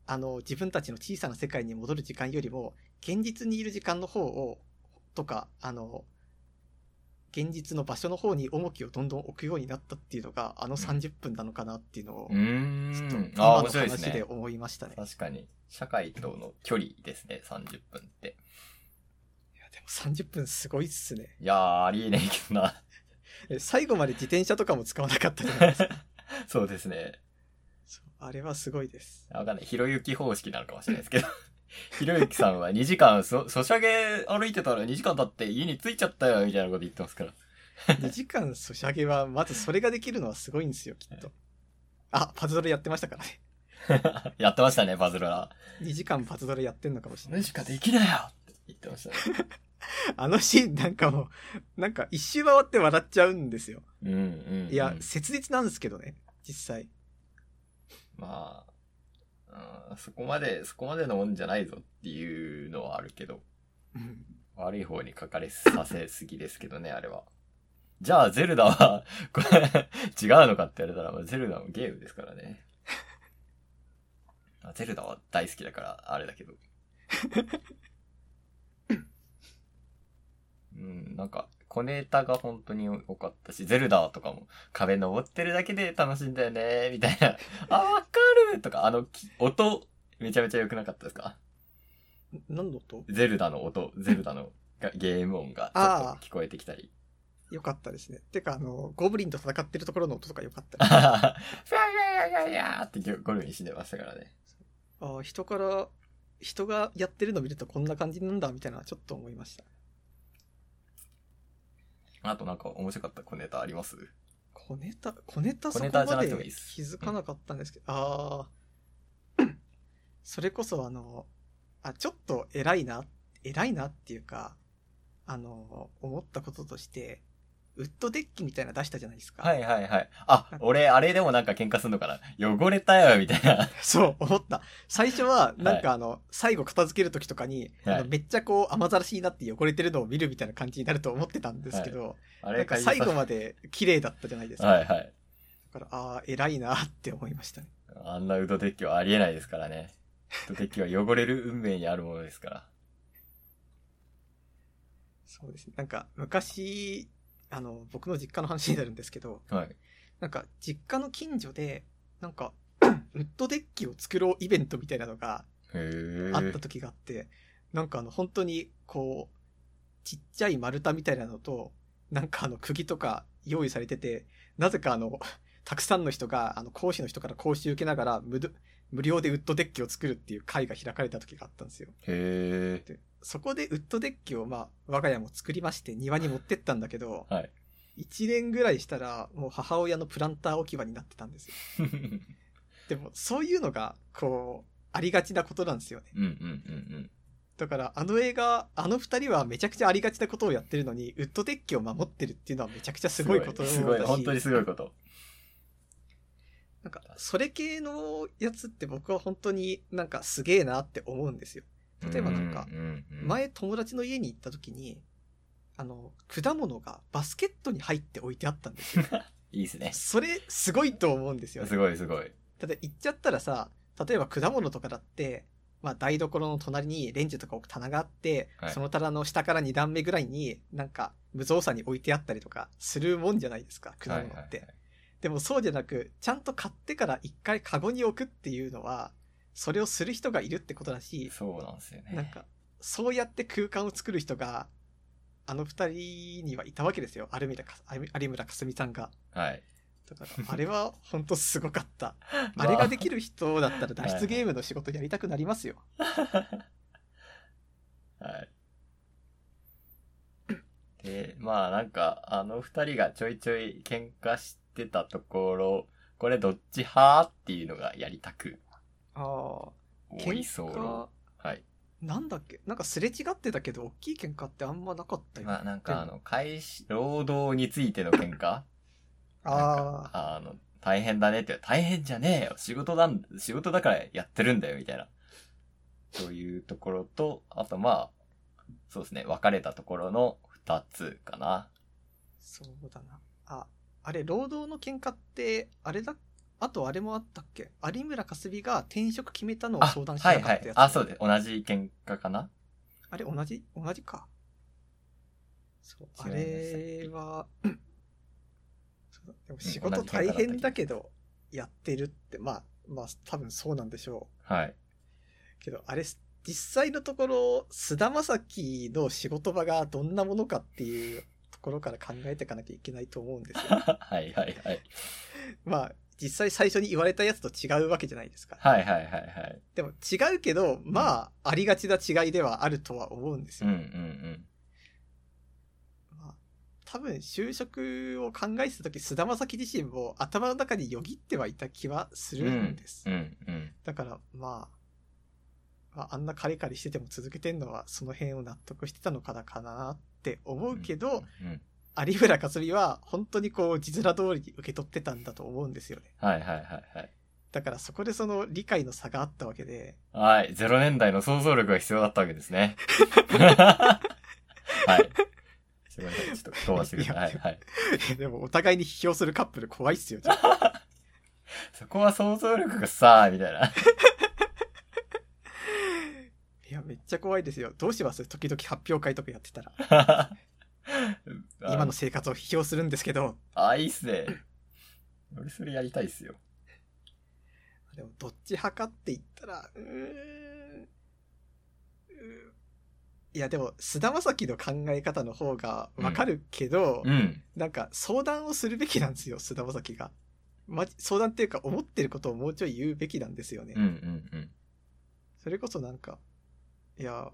S1: あの自分たちの小さな世界に戻る時間よりも、現実にいる時間の方を、とか、あの、現実の場所の方に重きをどんどん置くようになったっていうのが、あの30分なのかなっていうのを
S2: う、
S1: ちょっ
S2: ー
S1: と
S2: ん。ああ、
S1: 今の
S2: 面白いです
S1: 話で
S2: ね。
S1: 思いましたね。
S2: 確かに。社会との距離ですね、30分って。
S1: いやでも30分すごいっすね。
S2: いやー、ありえないけどな。
S1: え最後まで自転車とかも使わなかったじゃないですか。
S2: そうですね。
S1: そうあれはすごいです。
S2: わかんない。ひろゆき方式なのかもしれないですけど。 ひろゆきさんは2時間、そ、そしゃげ歩いてたら2時間経って家に着いちゃったよ、みたいなこと言ってますから。
S1: 2時間ソシャゲは、まずそれができるのはすごいんですよ、きっと。あ、パズドラやってましたからね。
S2: やってましたね、パズドラ。
S1: 2時間パズドラやってんのかもしれない。
S2: しかできないよって言ってましたね。
S1: あのシーンなんかもう、なんか一周回って笑っちゃうんですよ。
S2: うんうん、うん。
S1: いや、切実なんですけどね、実際。
S2: まあ、うん、そこまで、そこまでのもんじゃないぞっていうのはあるけど、
S1: うん
S2: 悪い方に書かれさせすぎですけどね、あれは。じゃあ、ゼルダは、 これ、違うのかって言われたら、まあゼルダもゲームですからね。まあゼルダは大好きだから、あれだけど。うん、なんか、小ネタが本当に多かったし、ゼルダとかも壁登ってるだけで楽しいんだよね、みたいな。あ、わかるとか、あのき、音、めちゃめちゃ良くなかったですか
S1: 何の音
S2: ゼルダの音、ゼルダのがゲーム音がちょっと聞こえてきたり。
S1: 良かったですね。てか、あの、ゴブリンと戦ってるところの音とか良かった
S2: フ
S1: で
S2: ァ
S1: す。
S2: ーファーファーファーファーってゴルフに死んでましたからね。
S1: あー人から、人がやってるの見るとこんな感じなんだ、みたいな、ちょっと思いました。
S2: あとなんか面白かった小ネタあります
S1: 小ネタ、小ネタそ
S2: 小
S1: こ
S2: ネ
S1: ま
S2: タじゃなくてもいい
S1: で
S2: です
S1: 気づかなかったんですけど、ああ、それこそあの、あ、ちょっと偉いな、偉いなっていうか、あの、思ったこととして、ウッドデッキみたいなの出したじゃないですか。
S2: はいはいはい。あ、俺、あれでもなんか喧嘩すんのかな汚れたよ、みた いな。
S1: そう、思った。最初は、なんかあの、最後片付けるときとかに、
S2: はい
S1: あのめっちゃこう、雨ざらしになって汚れてるのを見るみたいな感じになると思ってたんですけど、
S2: あ
S1: なん
S2: れ
S1: か
S2: 会議
S1: 最後
S2: さ
S1: まで綺麗だったじゃないですか。
S2: はいはい。
S1: だから、ああ、偉いなって思いましたね。
S2: あんなウドデッキはありえないですからね。ウドデッキは汚れる運命にあるものですから。
S1: そうですね。なんか昔、あの、僕の実家の話になるんですけど、
S2: はい。
S1: なんか実家の近所で、なんか、 ウッドデッキを作ろうイベントみたいなのが
S2: へえ。
S1: あった時があって、なんかあの、本当に、こう、ちっちゃい丸太みたいなのと、なんかあの、釘とか用意されてて、なぜかあの、 たくさんの人が、あの、講師の人から講習受けながら、無ど無料でウッドデッキを作るっていう会が開かれた時があったんですよ。
S2: へ
S1: でそこでウッドデッキを、まあ、我が家も作りまして庭に持ってったんだけど、
S2: え。 はい。
S1: 1年ぐらいしたらもう母親のプランター置き場になってたんですよ。
S2: うん
S1: でもそういうのが、こう、ありがちなことなんですよね。
S2: うんうん
S1: だからあの映画、あの二人はめちゃくちゃありがちなことをやってるのに、ウッドデッキを守ってるっていうのはめちゃくちゃ
S2: うん。
S1: すごいことだし、
S2: すごい、本当にすごいこと。
S1: なんかそれ系のやつって僕は本当になんかすげえなって思うんですよ。例えばなんか
S2: ううんうん、
S1: 前友達の家に行った時に、あの、果物がバスケットに入って置いてあったん ですよ。
S2: いいですね。
S1: それすごいと思うんですよね
S2: す。ごいすごい。
S1: ただ行っちゃったらさ、例えば果物とかだって、まあ台所の隣にレンジとか置く棚があって、
S2: はい
S1: その棚の下から2段目ぐらいになんか無造作に置いてあったりとかするもんじゃないですか、果物って。
S2: はいはいはい
S1: でもそうじゃなく、ちゃんと買ってから一回カゴに置くっていうのは、それをする人がいるってことだし、
S2: そうなんですよね。
S1: なんか、そうやって空間を作る人が、あの二人にはいたわけですよ。有村か有村架純さんが。
S2: はい。
S1: だ から、あれは本当すごかった。あれがで
S2: き
S1: きる人だ ったら脱出ゲームの仕事やりたくなりますよ。
S2: はい。で、まあなんか、あの二人がちょいちょい喧嘩してたところ、これどっち派っていうのがやりたく
S1: ああ、
S2: 思い
S1: 喧
S2: そう。
S1: 嘩、
S2: はい。
S1: なんだっけなんかすれ違ってたけど、大きい喧嘩ってあんまなかったよ。
S2: まあなんかあの、会社、労働についての喧嘩
S1: ああ、
S2: ああの、大変だねって、大変じゃねえよ。仕事なん、仕事だからやってるんだよ、みたいな。というところと、あとまあ、そうですね、別れたところの二つかな。
S1: そうだな。あ、あれ、労働の喧嘩って、あれだ、あとあれもあったっけ有村架純が転職決めたのを
S2: あ、
S1: 相談し
S2: は
S1: ないか
S2: は
S1: った
S2: い
S1: や。つ。
S2: あ、そうです。同じ喧嘩かな
S1: あれ、同じ同じか。そう、あ
S2: 違い
S1: れは、 そうだでも仕事
S2: 同じ会
S1: 大
S2: 社だった気が
S1: 変だけど、やってるって、まあ、まあ、多分そうなんでしょ
S2: はい。
S1: う。けど、あれ、実際のところ、菅田将暉の仕事場がどんなものかっていうところから考えていかなきゃいけないと思うんです よ。
S2: はいはいはい。
S1: まあ、実際最初に言われたやつと違うわけじゃないですか。
S2: はいはいはいはい。
S1: でも違うけど、まあ、ありがちな違いではあるとは思うんです
S2: う
S1: よ。
S2: んうんうん。
S1: まあ、多分就職を考えてた時菅田将暉自身も頭の中によぎってはいた気はするんです、
S2: うんうん。
S1: だから、まあ、まああんなカリカリしてても続けてんのはその辺を納得してたのかなかなって思うけど、、
S2: うん。
S1: 有村架純は本当にこう字面通りに受け取ってたんだと思うんですよね
S2: はいはいはいはい。
S1: だからそこでその理解の差があったわけで
S2: はい。0年代の想像力が必要だったわけですね。はい。すみません。ちょっと飛ばしてください。はい、はい。
S1: いやでもお互いに批評するカップル怖いっすよちょっと
S2: そこは想像力がさ、みたいな。
S1: いやめっちゃ怖いですよどうします時々発表会とかやってたら 今の生活を批評するんですけど、
S2: あ、いいっすね。俺それやりたいっすよ。
S1: でもどっち派かって言ったら、うーん。うーいやでも、菅田将暉の考え方の方がわかるけど、
S2: うん。
S1: なんか相談をするべきなんですよ、菅田将暉が。まじ、相談っていうか思ってることをもうちょい言うべきなんですよね。
S2: うんうんうん。
S1: それこそなんか、いや、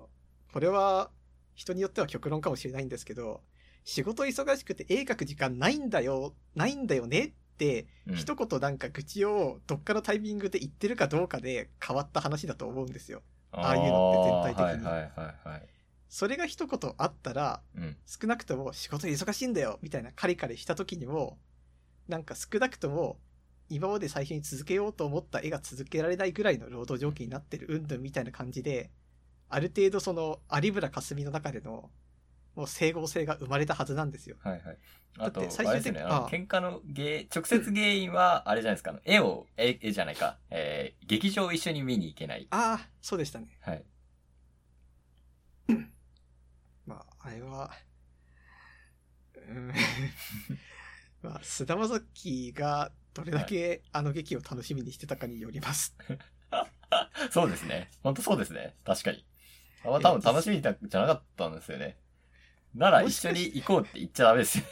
S1: これは人によっては極論かもしれないんですけど、仕事忙しくて絵描く時間ないんだよ、ないんだよねって、
S2: うん
S1: 一言なんか愚痴をどっかのタイミングで言ってるかどうかで変わった話だと思うんですよ。ああいうのって全体的に
S2: あーはいはいはいはい。
S1: それが一言あったら、
S2: うん。
S1: 少なくとも仕事忙しいんだよみたいなカリカリした時にも、なんか少なくとも今まで最初に続けようと思った絵が続けられないぐらいの労働条件になってるうんぬんみたいな感じで、ある程度その有村架純の中でのもう整合性が生まれたはずなんですよ。
S2: はいはい。あと、
S1: だって最
S2: あれ
S1: 終
S2: です
S1: 的に
S2: ね、あの
S1: あ
S2: 喧嘩の原因、直接原因は、あれじゃないですか、あの絵を、絵、絵じゃないか、えー、劇場を一緒に見に行けない。
S1: ああ、そうでしたね。
S2: はい。
S1: まあ、あれは、うん まあ、菅田将暉がどれだけあの劇を楽しみにしてたかによります。
S2: そうですね。ほんとそうですね。確かに。あんま多分楽しみじゃなかったんですよね。なら
S1: も
S2: 一
S1: し
S2: 緒
S1: かし
S2: に行こうって言っちゃダメですよ。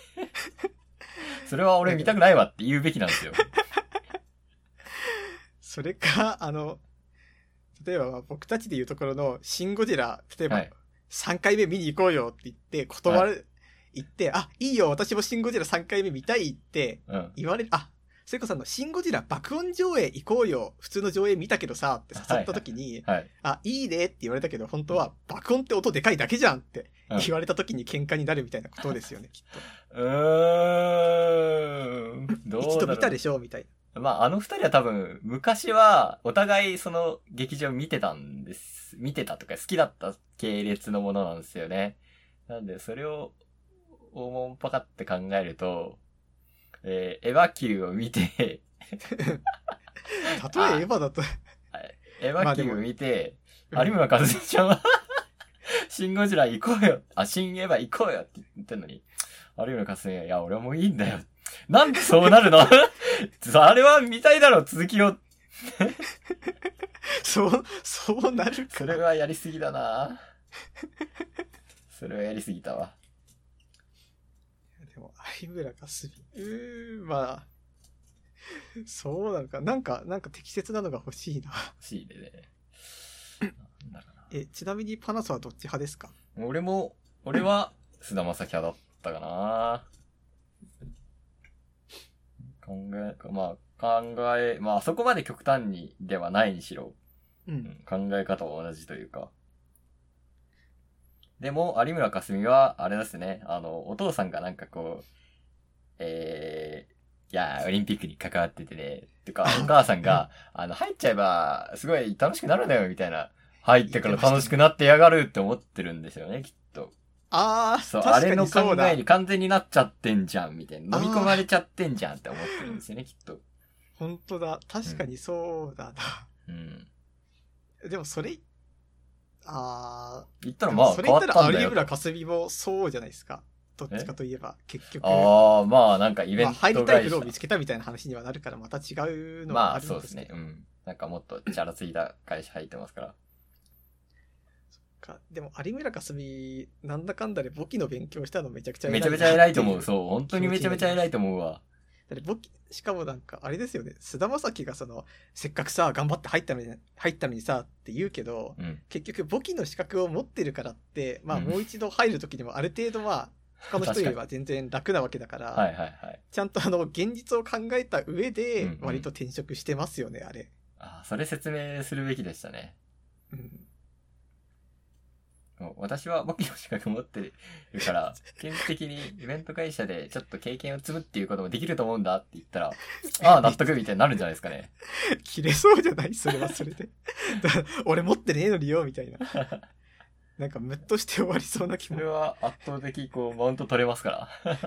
S2: それは俺見たくないわって言うべきなんですよ。
S1: それか、あの、例えばまあ僕たちで言うところのシン・ゴジラ、例え
S2: は
S1: ば
S2: い。
S1: 3回目見に行こうよって言って、断る、言って、あ、いいよ、私もシン・ゴジラ3回目見たいって
S2: うん。
S1: 言われる、あ、聖子さんのシン・ゴジラ爆音上映行こうよ、普通の上映見たけどさ、って誘った時に、
S2: はい。
S1: あ、いいねって言われたけど、本当は爆音って音でかいだけじゃんって
S2: うん
S1: 言われた時に喧嘩になるみたいなことですよ ね、きっ
S2: うーん。
S1: と。
S2: どうだろう
S1: 一度見たでしょみたい
S2: まあ、あの二人は多分、昔は、お互いその劇場見てたんです。見てたとか好きだった系列のものなんですよね。なんで、それを、大もんぱかって考えると、えーエヴァ級を見て、
S1: な。例えエヴァだと、
S2: エ ヴ
S1: まあ
S2: ァ
S1: で
S2: 級
S1: も
S2: を見て、
S1: うん
S2: 有村和美ちゃんは、 シンゴジラ行こうよ。あ、シンエヴァ行こうよって言ってんのに、有村和美は、いや、俺もいいんだよ。なんでそうなるの あれは見たいだろ、続きを。
S1: そう、そうなるか
S2: それ
S1: ら。
S2: はやりすぎだな それはやりすぎたわ。
S1: でも、相村かすび。うーん、まあ。そうなのか。なんか、なんか適切なのが欲しいな。
S2: 欲しいでね。なんだろ
S1: え、ちなみにパナソはどっち派ですか
S2: うな俺も、俺は、菅田将暉派だったかな考え、まあ、考え、まあ、そこまで極端にではないにしろ、
S1: う。
S2: うんん考え方は同じというか。でも、有村架純は、あれですね、あの、お父さんがなんかこう、えーいやー、オリンピックに関わっててね、とか、お母さんが、あの、入っちゃえば、すごい楽しくなるんだよ、みたいな。入ってから楽しくなってやがるって思ってるんですよね、きっと。
S1: ああ、
S2: そう、
S1: 確
S2: あ
S1: か
S2: れの
S1: にそ
S2: 考
S1: うだ
S2: え。に完全になっちゃってんじゃん、みたいな。
S1: あー
S2: 飲み込まれちゃってんじゃんって思ってるんですよね、きっと。
S1: 本当だ。確かにそうだ
S2: うん。
S1: な。でもそれ、あ
S2: 言った
S1: あ、
S2: らまあ
S1: それ
S2: 変
S1: 言
S2: わ
S1: っ
S2: ったた
S1: ら
S2: んだ
S1: 有
S2: よ。
S1: 村架純もそうじゃないですか。どっちかといえば、結局。
S2: ああ、まあなんかイベ
S1: まあ、
S2: ント
S1: 入りたい
S2: 会
S1: 風
S2: 社
S1: 呂を見つけたみたいな話にはなるから、また違うの
S2: ま
S1: はあ
S2: あ
S1: る
S2: そ
S1: ん
S2: う
S1: で
S2: ですす
S1: け
S2: ね。
S1: ど。
S2: うん。なんかもっとチャラついた会社入ってますから。
S1: かでも、有村架純、なんだかんだで簿記の勉強したのめちゃくちゃ
S2: めちゃめちゃ偉いと思う。
S1: だ
S2: そう、本当にめちゃめちゃ偉いと思うわ。
S1: って簿記、しかもなんか、あれですよね。菅田将暉がその、せっかくさ、頑張って入ったのに、入ったのにさ、って言うけど、
S2: うん。
S1: 結局簿記の資格を持ってるからって、まあ
S2: うん
S1: もう一度入る時にもある程度は、他の人よりは全然楽なわけだから、
S2: はいはいはい。
S1: ちゃんとあの、現実を考えた上
S2: うん
S1: で
S2: う、ん
S1: 割と転職してますよね、あれ。
S2: ああ、それ説明するべきでしたね。
S1: うん
S2: もう私は簿記の資格持ってる から、基本的にイベント会社でちょっと経験を積むっていうこともできると思うんだって言ったら、ああ、納得みたいになるんじゃないですかね。
S1: 切れそうじゃないそれはそれ で。だから俺持ってねえのによ、みたいな。なんかムッとして終わりそうな気
S2: そ
S1: も
S2: れ。は圧倒的、こう、マウント取れますから。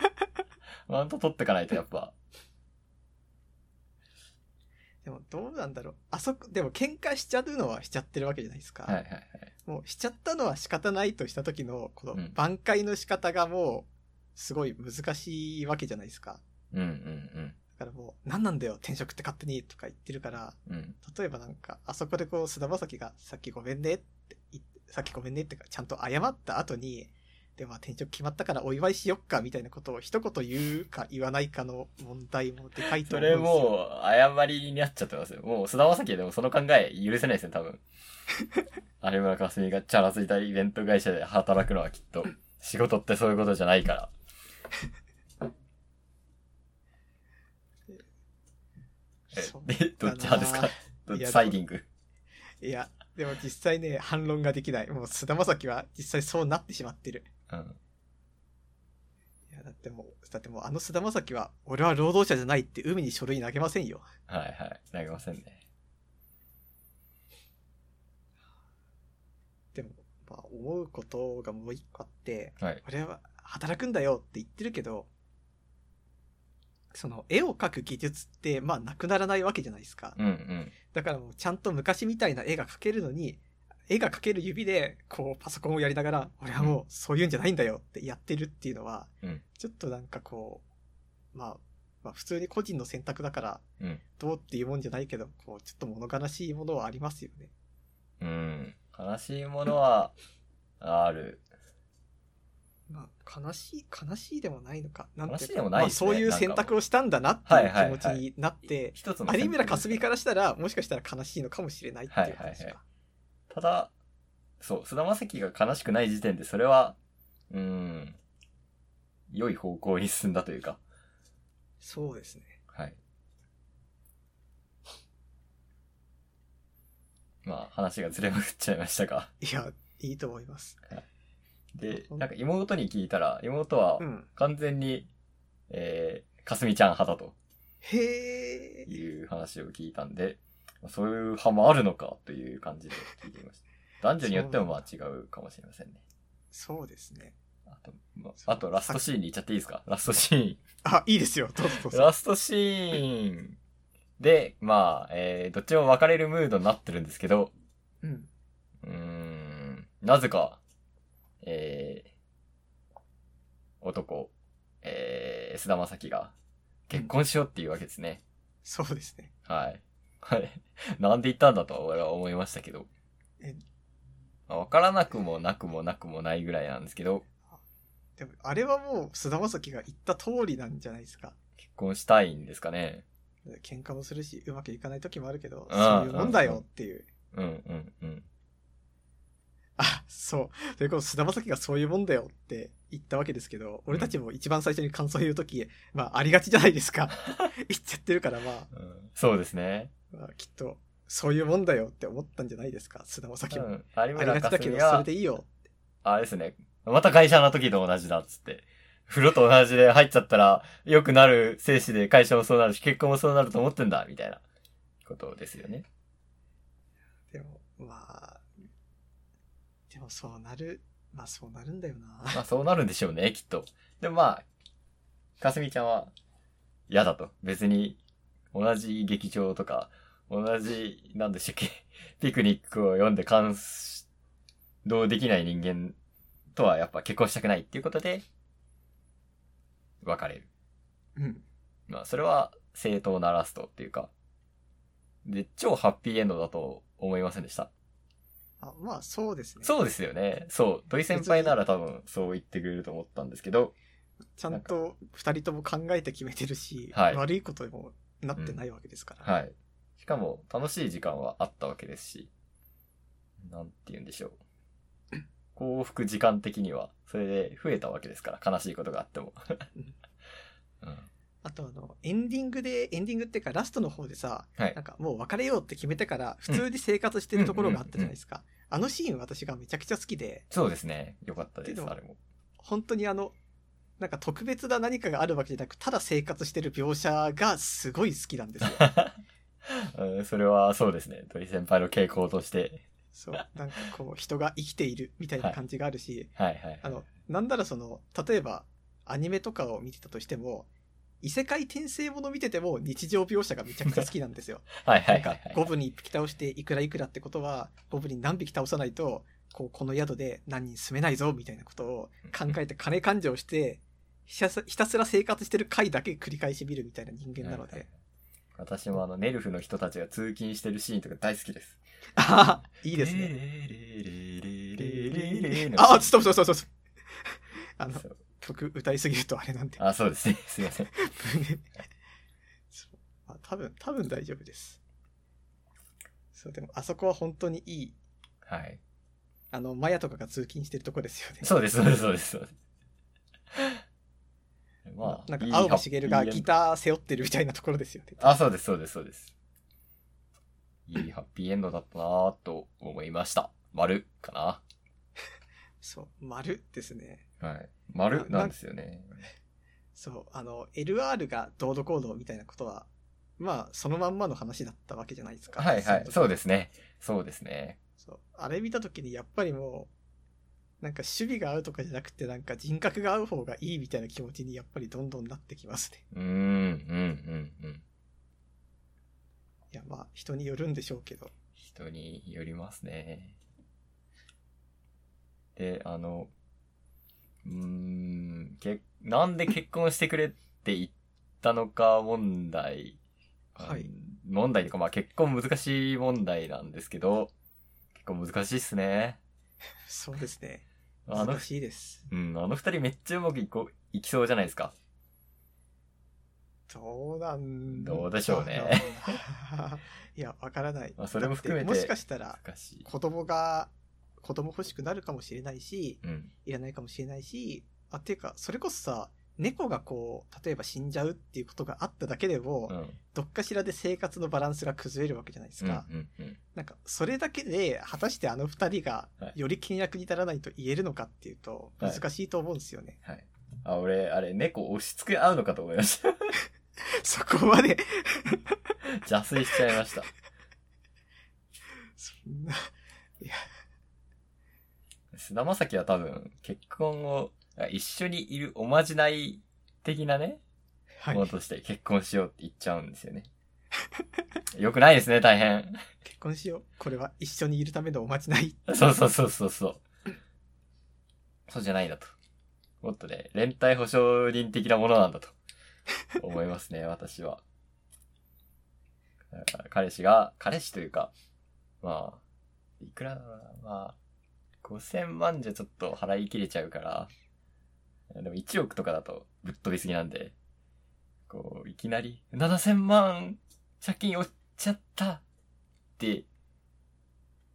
S2: マウント取ってかないと、やっぱ。
S1: でもどうなんだろう。あそこ、でも喧嘩しちゃうのはしちゃってるわけじゃないですか。
S2: はいはいはい。
S1: もうしちゃったのは仕方ないとした時の、この
S2: うん
S1: 挽回の仕方がもう、すごい難しいわけじゃないですか。
S2: うんうん
S1: だからもう、何なんだよ、転職って勝手に、とか言ってるから、
S2: うん。うん。
S1: 例えばなんか、あそこでこう、菅田将暉が、さっきごめんねって言って、さっきごめんねってか、ちゃんと謝った後に、で、まあ、転職決まったからお祝いしよっか、みたいなことを一言言うか言わないかの問題もでかいと
S2: そ
S1: 思うんです
S2: れ
S1: よ。も
S2: もう、誤りになっちゃってますよ。もう、菅田将暉でもその考え許せないですね、多分。 有村架純がチャラついたイベント会社で働くのはきっと、仕事ってそういうことじゃないから。え
S1: そう、
S2: で、 どっち派ですか
S1: だなぁいや
S2: サイディング。
S1: いや、でも実際ね、反論ができない。もう菅田将暉は実際そうなってしまってる。
S2: うん。
S1: いや、だってもう、だってもうあの菅田将暉は、俺は労働者じゃないって海に書類投げませんよ。
S2: はいはい。投げませんね。
S1: でも、まあ、思うことがもう一個あって、
S2: はい。
S1: 俺は働くんだよって言ってるけど、その絵を描く技術って、まあなくならないわけじゃないですか。
S2: うんうん。
S1: だからもうちゃんと昔みたいな絵が描けるのに、絵が描ける指で、こうパソコンをやりながら、俺はもうそういうんじゃないんだよってやってるっていうのは、
S2: うん
S1: ちょっとなんかこう、まあ、まあ普通に個人の選択だから
S2: うん、
S1: どうっていうもんじゃないけど、こうちょっと物悲しいものはありますよね。
S2: うん。悲しいものは、ある。
S1: まあ、悲しい、悲しいでもないのか。なんてうか
S2: 悲しいでもない
S1: まあ、
S2: ですね
S1: そういう選択をしたんだなって
S2: はいいうはいはい
S1: 気持ちになって、
S2: 一つの。
S1: 有村架純かららしたら、もしかしたら悲しいのかもしれないっていう話か。
S2: はいはいはいただ、そう、菅田将暉が悲しくない時点で、それは、うん、良い方向に進んだというか。
S1: そうですね。
S2: はい。まあ、話がずれまくっちゃいましたが。
S1: いや、いいと思います。
S2: で、なんか妹に聞いたら、妹は
S1: うん。
S2: 完全に、えー、かすみちゃん派だと。
S1: へえ。
S2: いう話を聞いたんで、そういう派もあるのかという感じで聞いていました。男女によってもまあ違うかもしれませんね。
S1: そうですね。
S2: あと、ま
S1: そう
S2: あとラストシーンに行っちゃっていいですかラストシーン。
S1: あ、いいですよ。どうぞどうぞ。
S2: ラストシーンで、まあ、えー、どっちも別れるムードになってるんですけど、
S1: うん。
S2: うーん、なぜか、えー、男、えー、菅田将暉が結婚しようっていうわけですね。
S1: そうですね。
S2: はい。はい。 なんで言ったんだとは俺は思いましたけど。
S1: え
S2: まあわからなくもなくもなくもないぐらいなんですけど、
S1: でも、あれはもう、菅田将暉が言った通りなんじゃないですか。
S2: 結婚したいんですかね。
S1: 喧嘩もするし、うまくいかない時もあるけど、
S2: うん
S1: そういうもんだよっていう。
S2: うんうんうん。
S1: あ、そう。ということ、菅田将暉がそういうもんだよって言ったわけですけど、俺たちも一番最初に感想を言うとき、まあ、ありがちじゃないですか。 言っちゃってるから、まあ、
S2: うんそうですね。
S1: まあきっと、そういうもんだよって思ったんじゃないですか、菅田将暉
S2: う
S1: も。
S2: ん。有
S1: ありが
S2: 村
S1: ち
S2: 架
S1: だけ
S2: 純
S1: ど、それ
S2: が
S1: で、いいよ。
S2: あれですね。また会社の時と同じだっつって、風呂と同じで入っちゃったら、良くなる精子で会社もそうなるし、結婚もそうなると思ってんだ、みたいなことですよね。
S1: でも、まあ、でもそうなる、まあそうなるんだよな。
S2: まあそうなるんでしょうね、きっと。でもまあ、かすみちゃんは嫌だと。別に同じ劇場とか、同じ、なんでしたっけ、 ピクニックを読んで感動できない人間とはやっぱ結婚したくないっていうことで、別れる。
S1: うん。
S2: まあそれは正当なラストっていうか、で、超ハッピーエンドだと思いませんでした。
S1: あまあそうですね。
S2: そうですよね。そう。土井先輩なら多分そう言ってくれると思ったんですけど、
S1: ちゃんと二人とも考えて決めてるし、
S2: はい
S1: 悪いことにもなってないわけですから。
S2: はい。しかも、楽しい時間はあったわけですし、なんて言うんでしょう。幸福時間的には、それで増えたわけですから、悲しいことがあっても。うん、
S1: あとあの、エンディングで、エンディングっていうかラストの方でさ、
S2: はい
S1: なん。かもう別れようって決めてから普通に生活してるところがあったじゃないですか。あのシーン私がめちゃくちゃ好きで、
S2: そうですね。よかったで
S1: け
S2: す、
S1: ど
S2: あれも。
S1: 本当にあの、なんか特別な何かがあるわけじゃなく、ただ生活してる描写がすごい好きなん ですよ。
S2: うんそれは、そうですね。鳥先輩の傾向として。
S1: そう。なんかこう、人が生きているみたいな感じがあるし、
S2: はいはい。
S1: あの、なんならその、例えば、アニメとかを見てたとしても、異世界転生もの見てても日常描写がめちゃくちゃ好きなんですよ。
S2: はいは
S1: ないんか
S2: はい、は
S1: ゴ
S2: い。
S1: ブに一匹倒していくらいくらってことは、ゴブに何匹倒さないと、こう、この宿で何人住めないぞみたいなことを考えて金勘定して、ひたすひたすら生活してる回だけ繰り返し見るみたいな人間なの
S2: はい
S1: で。
S2: 私もあの、ネルフの人たちが通勤してるシーンとか大好きです。
S1: あははいいですね。
S2: ね
S1: あ、ちょっと、そうそうそう。あの
S2: そ、う
S1: 曲歌いすぎるとあれなんで。
S2: あ、そうですね。すいません。
S1: そうまあ、多分、多分大丈夫です。そう、でも、あそこは本当にいい。
S2: はい。
S1: あの、マヤとかが通勤してるとこですよね。
S2: そうです、そうです、そうです。そうですまあ、
S1: なんか、青葉茂がギ
S2: ー。
S1: ター背負ってるみたいなところですよね。
S2: あ、そうです、そうです、そうです。いいハッピーエンドだったなぁと思いました。丸か
S1: そう、丸ですね。
S2: なはい。丸なんですよね。
S1: そう、あの、LR がどうのこうのみたいなことは、まあ、そのまんまの話だったわけじゃないですか。
S2: はいはい。
S1: そ
S2: そううですね。そうですね。
S1: そうあれ見たときに、やっぱりもう、なんか守備が合うとかじゃなくて、なんか人格が合う方がいいみたいな気持ちにやっぱりどんどんなってきますね。
S2: うーん、うん、うん、うん。
S1: いや、まあ、人によるんでしょうけど。
S2: 人によりますね。で、あの、うーん、け、なんで結婚してくれって言ったのか問題。
S1: はい
S2: うん。問題というか、まあ結婚難しい問題なんですけど、結構難しいっすね。
S1: そうですね。
S2: あの
S1: 難、しいです。
S2: うん、あの二人めっちゃうまくいこう、いきそうじゃないですか。
S1: どうなん
S2: どうでしょうね
S1: だろうな。 いや、わからない。
S2: まあそれも含めて
S1: だっもしかしたら、
S2: 難しい。
S1: 子供が、子供欲しくなるかもしれないし、
S2: うん。
S1: いらないかもしれないし、あ、っていうか、それこそさ、猫がこう、例えば死んじゃうっていうことがあっただけでも、
S2: うん。
S1: どっかしらで生活のバランスが崩れるわけじゃないですか。
S2: うん、うん、うん。
S1: なんか、それだけで、果たしてあの二人が
S2: は、い
S1: より倹約にならないと言えるのかっていうと、
S2: はい
S1: 難しいと思うんですよね。
S2: はい。あ、俺、あれ、猫押し付け合うのかと思いました。
S1: そこまで、
S2: 邪推しちゃいました。
S1: そんな、
S2: 菅田将暉は多分、結婚を、あ一緒にいるおまじない的なね、
S1: はい
S2: もの。として結婚しようって言っちゃうんですよね。 よくないですね、大変。
S1: 結婚しよう。これは一緒にいるためのおまじない。
S2: そうそうそうそうそう。そうじゃないんだと。もっとね、連帯保証人的なものなんだと。思いますね、私は。だから彼氏が、彼氏というか、まあ、いくらだろうな、まあ、5000万じゃちょっと払い切れちゃうから、でも1億とかだとぶっ飛びすぎなんで、こう、いきなり、7000万借金落ちちゃったって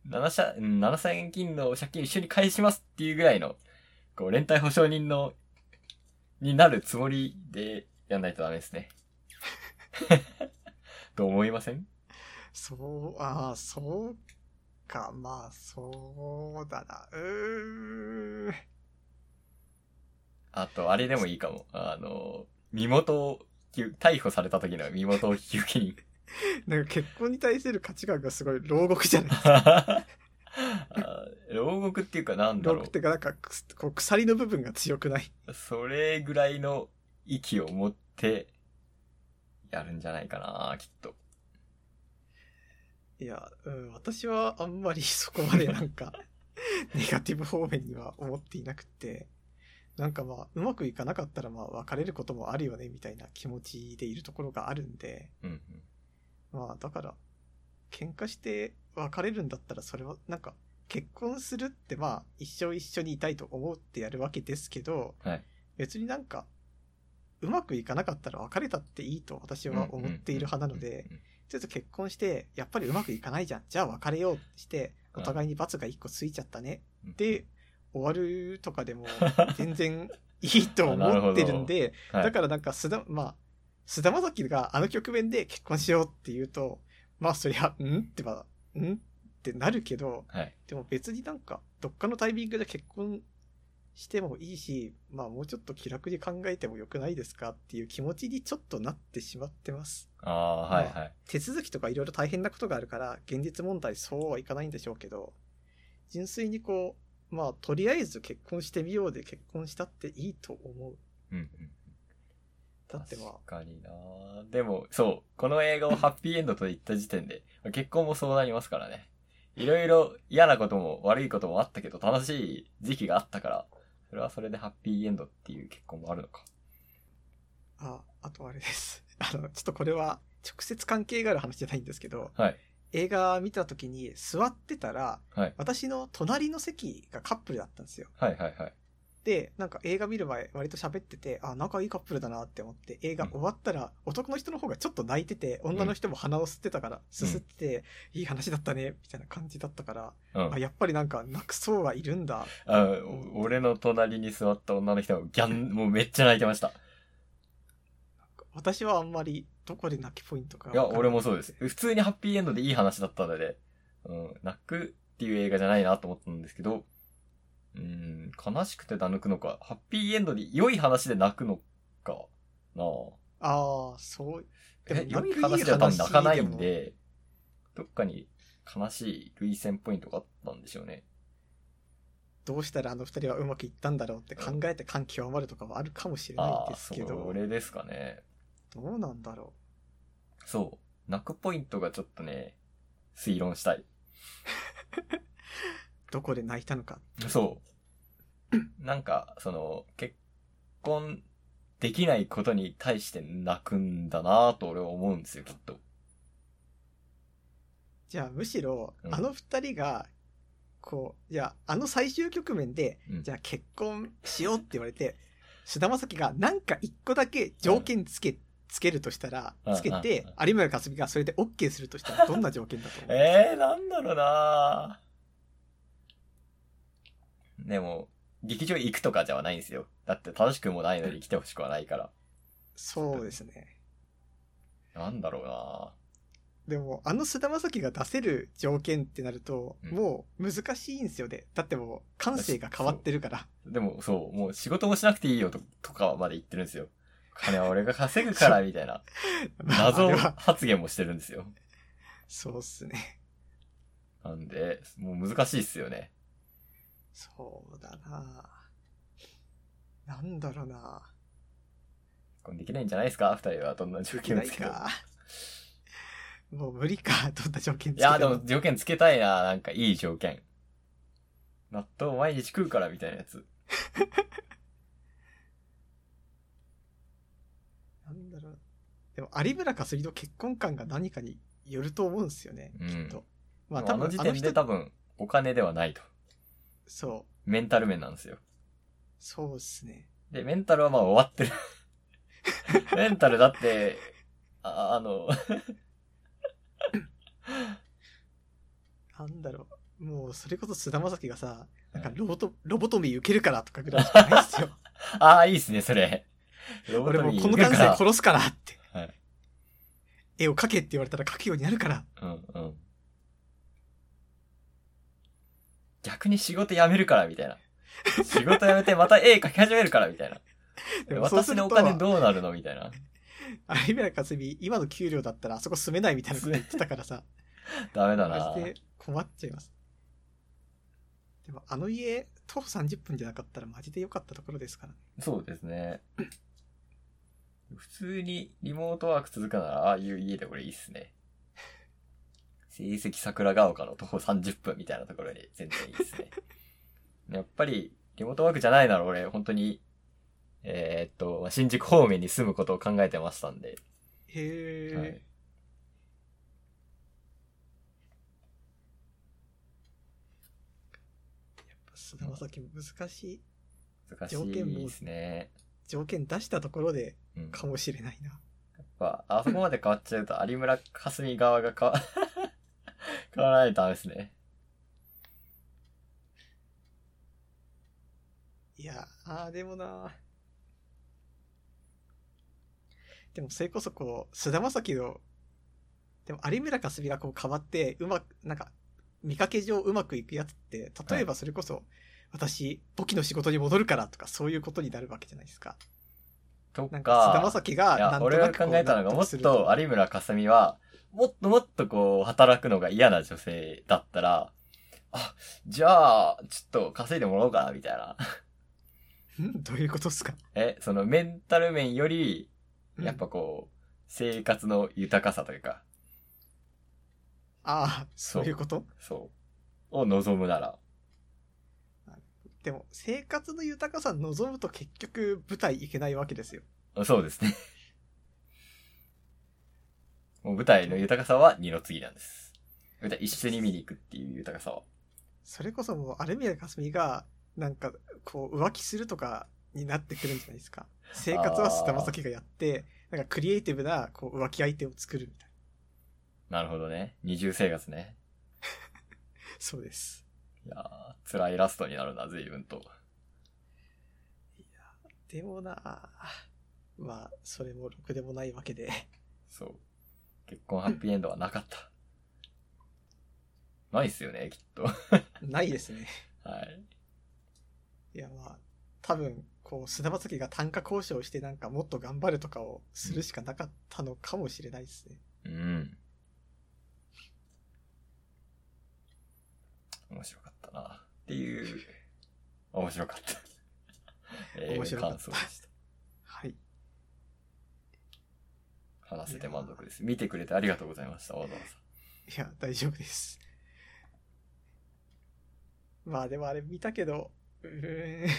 S2: 7社、うん7000金の借金一緒に返しますっていうぐらいの、こう、連帯保証人の、になるつもりでやんないとダメで すね。と思いません
S1: そう、ああ、そうか。まあ、そうだな。うーん。
S2: あと、あれでもいいかも。あの、身元を急、逮捕された時の身元を急 に。
S1: なんか結婚に対する価値観がすごい牢獄じゃない
S2: あ牢獄っていうかなんだ
S1: 牢
S2: ろ。
S1: 獄ってかなんかくすこう鎖の部分が強くないう
S2: それぐらいの息を持って、やるんじゃないかな、きっと。
S1: いや、うん、私はあんまりそこまでなんか ネガティブ方面には思っていなくてなんかまあうまくいかなかったらまあ別れることもあるよねみたいな気持ちでいるところがあるんで
S2: うん
S1: まあだから喧嘩して別れるんだったらそれはなんか結婚するってまあ一生一緒にいたいと思うってやるわけですけど、
S2: はい
S1: 別になんかうまくいかなかったら別れたっていいと私
S2: うん。
S1: は思っている派なので
S2: うんうんうん
S1: ちょっと結婚してやっぱりうまくいかないじゃんじゃあ別れようってして
S2: うん
S1: お互いに罰が1個ついちゃったね
S2: うん、
S1: で終わるとかで も全然いいと思ってるんで
S2: はい、
S1: だからなんか須田、まあ、菅田将暉があの局面で結婚しようって言うと、まあそりゃ、んってまあ、んってなるけど、
S2: はい。
S1: でも別になんか、どっかのタイミングで結婚してもいいし、まあもうちょっと気楽に考えてもよくないですかっていう気持ちにちょっとなってしまってます。
S2: ああ、はいはい。
S1: 手続きとかいろいろ大変なことがあるから、現実問題そうはいかないんでしょうけど、純粋にこう、まあとりあえず結婚してみようで結婚したっていいと思う。
S2: うんうん。
S1: だってまあ、
S2: 確かになでも、そう、この映画をハッピーエンドと言った時点で、結婚もそうなりますからね。いろいろ嫌なことも悪いこともあったけど、楽しい時期があったから、それはそれでハッピーエンドっていう結婚もあるのか。
S1: あ、あとあれです。 あの、ちょっとこれは直接関係がある話じゃないんですけど、
S2: はい。
S1: 映画見た時に座ってたら、
S2: はい
S1: 私の隣の席がカップルだったんですよ。
S2: はいはいはい。
S1: で、なんか映画見る前割と喋ってて、あ、仲いいカップルだなって思って、映画終わったら男の人の方がちょっと泣いてて、女の人も鼻を吸ってたから、すすってて、いい話だったね、みたいな感じだったから、
S2: うん
S1: あ、。やっぱりなんか泣くそうはいるんだ。
S2: あお俺の隣に座った女の人はギャン、もうめっちゃ泣いてました。
S1: 私はあんまりどこで泣きポイントか
S2: いや、
S1: わからなくて
S2: 俺もそうです。普通にハッピーエンドでいい話だったので、うん、泣くっていう映画じゃないなと思ったんですけど、うん、悲しくて泣くのか、ハッピーエンドで良い話で泣くのか、なあ。
S1: ああ、そう。
S2: え、
S1: でも
S2: 良い
S1: 泣くいい
S2: 話では多分
S1: 話
S2: 泣かないん
S1: で
S2: で、どっかに悲しい類線ポイントがあったんでしょうね。
S1: どうしたらあの二人はうまくいったんだろうって考えて感極まるとかはあるかもしれ
S2: あ
S1: ない
S2: あ、
S1: です
S2: そ
S1: けど、
S2: れですかね。
S1: どうなんだろ
S2: そう。泣くポイントがちょっとね、推論したい。
S1: う。どこで泣いたのか。
S2: そう。なんか、その、結婚できないことに対して泣くんだなぁと俺は思うんですよ、きっと。
S1: じゃあむしろ、
S2: うん
S1: あの二人が、こう、じゃああの最終局面で、
S2: うん
S1: じゃあ結婚しようって言われて、菅田将暉がなんか一個だけ条件つけ、つけるとしたら
S2: う、ん
S1: つけて
S2: うん、
S1: 有村架純がそれで OK するとしたらどんな条件だと思う
S2: えー、なんだろうなぁ。でも、劇場行くとかじゃないんですよ。だって楽しくもないのに来てほしくはないから。
S1: そうですね。
S2: なんだろう
S1: でも、あの菅田将暉が出せる条件ってなると、
S2: うん
S1: もう難しいんですよね。だってもう、感性が変わってるから。
S2: なぁ。でも、そう、もう仕事もしなくていいよととかまで言ってるんですよ。金は俺が稼ぐから、みたいな。
S1: まあ
S2: 謎
S1: あれは
S2: 発言もしてるんですよ。
S1: そうっすね。
S2: なんで、もう難しいっすよね。
S1: そうだななんだろうな
S2: これできないんじゃないですか二人はどんな条
S1: でき
S2: 件を
S1: ない
S2: つけて
S1: か。もう無理か。 どんな条件つけ
S2: い
S1: て
S2: や、でも条件つけたいな。なんかいい条件。納豆毎日食うからみたいなやつ。
S1: なんだろう。でも、有村架純の結婚観が何かによると思うんですよね。
S2: うん
S1: きっと。ま
S2: あ
S1: あ、多
S2: の
S1: 分
S2: 時
S1: あの
S2: 点で
S1: 人、
S2: 多分お金ではないと。
S1: そう。
S2: メンタル面なんですよ。
S1: そうっすね。
S2: で、メンタルはまあ終わっ てる。メンタルだって、ああの、
S1: なんだろう。もう、それこそ菅田将暉がさ、なんかロボト、ロボトミー受けるからとかぐらいしかないですよ。
S2: ああ、いいっすね、それ。 ロボ
S1: 俺
S2: ト
S1: もう
S2: ミー
S1: この
S2: 受け
S1: 感
S2: る
S1: 性
S2: から
S1: 殺すからって。
S2: はい
S1: 絵を描けって言われたら描くようになるから。
S2: うんうん。逆に仕事辞めるからみたいな。仕事辞めてまた絵描き始めるからみたいな。
S1: でもそうす
S2: 私
S1: ると
S2: のお金どうなるのみた いな。
S1: 有村架純、今の給料だったらあそこ住めないみたいなこと言ってたからさ、
S2: ダメだ
S1: マ
S2: な
S1: ジ。で困っちゃいます。でもあの家、徒歩30分じゃなかったらマジで良かったところですからね。
S2: そうですね。普通にリモートワーク続くなら、ああいう家で俺いいっすね。成績桜ヶ丘の徒歩30分みたいなところに全然いいっす ね。やっぱり、リモートワークじゃないなら俺、本当に、えーっと、新宿方面に住むことを考えてましたんで。
S1: へえ、
S2: はい
S1: 菅田将暉難しい
S2: 難しいですね。
S1: 条件出したところで
S2: うん
S1: かもしれないな。
S2: まあ、あそこまで変わっちゃうと、有村架純側が変わ、 変わらないとダメですね。
S1: いやー、でもなでもそれこそこう、菅田将暉の、でも有村架純がこう変わって、うまく、なんか、見かけ上うまくいくやつって、例えばそれこそ、私、簿記の仕事に戻るからとか、そういうことになるわけじゃないですか。
S2: と
S1: なん
S2: か
S1: か、、菅田将暉が
S2: いや
S1: な、んと
S2: 俺
S1: な
S2: が
S1: くこう
S2: 考えたのが、もっと有村架純は、もっともっとこう、働くのが嫌な女性だったら、あ、じゃあ、ちょっと稼いでもらおうかな、みたいな。
S1: うんどういうことですか
S2: え、そのメンタル面より、やっ
S1: う
S2: ぱ
S1: ん
S2: こう、生活の豊かさというか、
S1: ああ、
S2: そ
S1: そうういうこと
S2: そう、を望むなら。
S1: でも、生活の豊かさ望むと結局、舞台行けないわけですよ。
S2: そうですね。もう舞台の豊かさは二の次なんです。舞台一緒に見に行くっていう豊かさは。
S1: それこそもう、アルミラカスミが、なんか、こう、浮気するとかになってくるんじゃないですか。生活は菅田将暉がやって、なんかクリエイティブな、こう、浮気相手を作るみたい
S2: なるほどね。二重生活ね。
S1: な。 そうです。
S2: いやー辛いラストになるな、随分と。
S1: でもなあまあ、それもろくでもないわけで。
S2: そう。結婚ハッピーエンドはなかった。ないっすよね、きっと。は
S1: ないですね。
S2: い。
S1: いや、まあ、多分、こう、菅田将暉が単価交渉して、なんか、もっと頑張るとかをするしかなかったのかもしれないですね。
S2: うん。面白かったな。っていう、面白かった。 え
S1: 面
S2: ー、
S1: 白かった
S2: 感想でした。
S1: はい。
S2: 話せて満足です。見てくれてありがとうございました、わざわ
S1: いや、大丈夫です。まあでもあれ見たけど、うーん。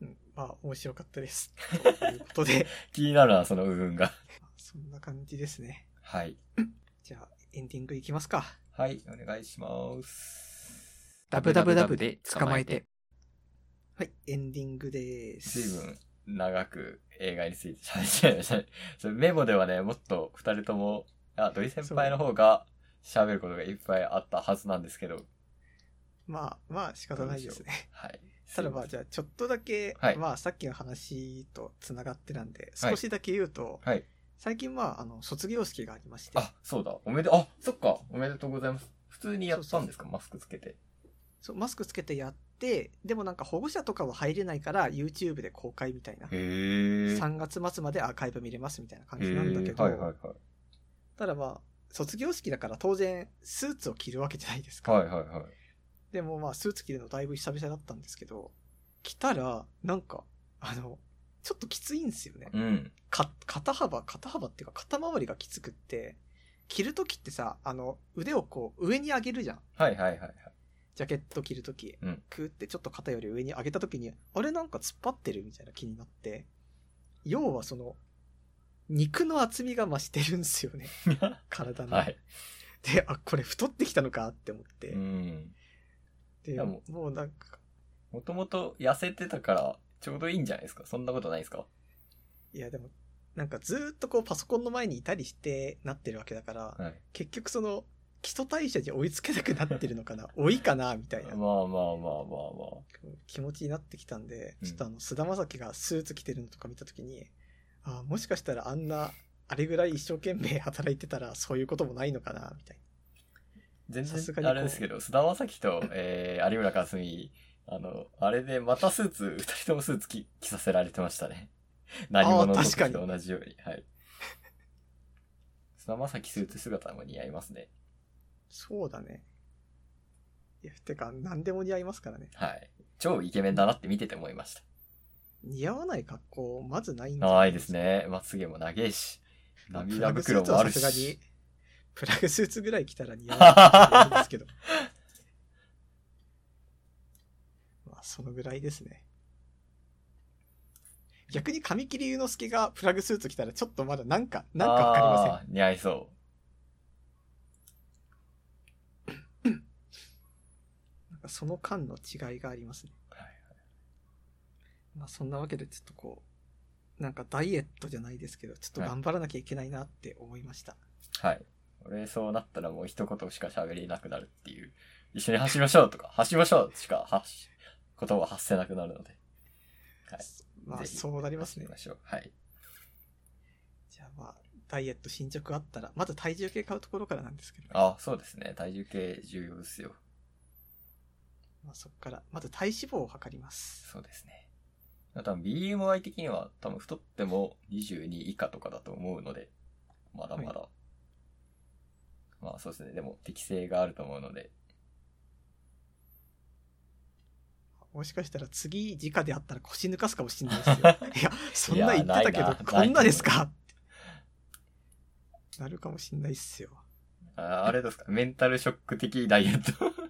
S1: うんまあ面白かったです。ということで、
S2: ざ。気になるな、その部分が。
S1: そんな感じですね。
S2: はい。
S1: じゃあエンディングいきますか。
S2: はい、お願いします。
S1: ダブダブダブで捕まえて。はい、エンディングです。
S2: 随分長く映画について喋ってしゃべそれメモではね、もっと二人とも、あ、土井先輩の方が喋ることがいっぱいあったはずなんですけど、
S1: まあまあ仕方ないですね。
S2: はい。
S1: ただまあじゃあちょっとだけ、
S2: はい
S1: まあさっきの話とつながってなんで、
S2: はい
S1: 少しだけ言うと、
S2: はい。
S1: 最近まああの卒業式がありまして、
S2: あ、そうだ。おめで、あ、そっか。おめでとうございます。普通にやったんですかマスクつけて。
S1: そうマスクつけてやってでもなんか保護者とかは入れないから YouTube で公開みたいな
S2: へー。
S1: 3月末までアーカイブ見れますみたいな感
S2: へ
S1: じ
S2: ー
S1: なんだけど、
S2: はいはいは
S1: ただまあ卒業式だから当然スーツを着るわけじゃないです
S2: い。
S1: か、
S2: はいはいはい。
S1: でもまあスーツ着るのだいぶ久々だったんですけど着たらなんかあのちょっときついんですよね
S2: うん。
S1: か肩幅肩幅っていうか肩周りがきつくって着る時ってさあの腕をこう上に上げるじゃん
S2: はいはいはいはい。
S1: ジャケット着るとき、
S2: うん
S1: くーってちょっと肩より上に上げたときに、あれなんか突っ張ってるみたいな気になって、要はその、肉の厚みが増してるんです よね。体の。
S2: はい。
S1: で、あ、これ太ってきたのかって思って。
S2: うん。
S1: で、
S2: やも
S1: もうなんか、
S2: もともと痩せてたから、ちょうどいいんじゃないですかそんなことないですか
S1: いやでも、なんかずーっとこうパソコンの前にいたりしてなってるわけだから、
S2: はい。
S1: 結局その、基礎代謝に追いつけなくなってるの かな老いかなみたいな
S2: まあまあまあまあまあ。
S1: 気持ちになってきたんで、
S2: うん
S1: ちょっとあの、菅田将暉がスーツ着てるのとか見たときに、ああ、もしかしたらあんな、あれぐらい一生懸命働いてたらそういうこともないのかな、みたい
S2: 全
S1: さすが
S2: 然
S1: にこう
S2: あれですけど、菅田将暉と、えー、有村架純あの、あれでまたスーツ、二人ともスーツ着着させられてましたね。
S1: ー
S2: 何者の時
S1: 確かに
S2: と同じように。はい。菅田将暉スーツ姿も似合いますね。
S1: そうだね。いや、てか、何でも似合いますからね。
S2: はい。超イケメンだなって見てて思いまし
S1: 似合わない格好、まずないんじ
S2: た。
S1: ゃ
S2: ないです。ね。まつげも長いし、
S1: まあ
S2: 涙袋もある
S1: プラグスーツはさすがに
S2: し。、
S1: プラグスーツぐらい着たら似合うんですけど。 まあ、そのぐらいですね。逆に神木隆之介がプラグスーツ着たらちょっとまだなんか、なんかわかりません。
S2: あー似合いそう。
S1: なんかその間の違いがありますね。
S2: はいはい
S1: まあそんなわけでちょっとこう、なんかダイエットじゃないですけど、ちょっと
S2: はい
S1: 頑張らなきゃいけないなって思いました。
S2: はい。俺そうなったらもう一言しか喋れなくなるっていう。一緒に走りましょうとか、走りましょうしか発し、言葉発せなくなるので。はい。
S1: まあ
S2: ぜひ
S1: そうなりますね
S2: 走り。ましょう。はい。
S1: じゃあまあ、ダイエット進捗あったら、まず体重計買うところからなんですけど、
S2: あ、そうですね。体重計重要ですよ。
S1: まあそこから、まず体脂肪を測ります。
S2: そうですね。多分 BMI 的には多分太っても22以下とかだと思うので、まだまだ。まあそうですね。でも適性があると思うので、
S1: もしかしたら次、直であったら腰抜かすかもしれないですよ。いや、そんな言ってたけ
S2: いや
S1: ど
S2: ない、な
S1: こんなですかなるかもしれないっすよ。
S2: ああれどうですかメンタルショック的ダイエット。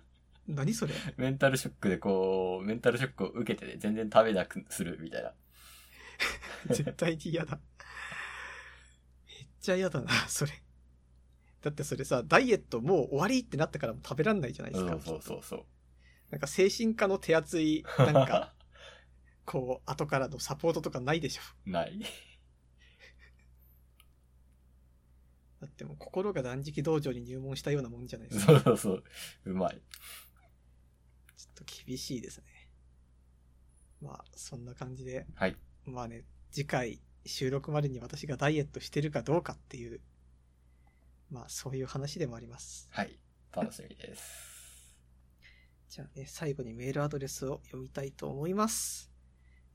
S1: 何それ
S2: メンタルショックでこう、メンタルショックを受けてて全然食べなくするみたいな。
S1: 絶対に嫌だ。めっちゃ嫌だな、それ。だってそれさ、ダイエットもう終わりってなったからもう食べらんないじゃないで
S2: そ
S1: すか。
S2: うそうそうそう。
S1: なんか精神科の手厚い、なんか、こう、後からのサポートとかないでしょ。
S2: ない。
S1: だってもう心が断食道場に入門したようなもんじゃないですか。
S2: そうそうそう。うまい。
S1: ちょっと厳しいですね。まあ、そんな感じで、
S2: はい。
S1: まあね、次回収録までに私がダイエットしてるかどうかっていう、まあそういう話でもあります。
S2: はい。楽しみです。
S1: じゃあね、最後にメールアドレスを読みたいと思います。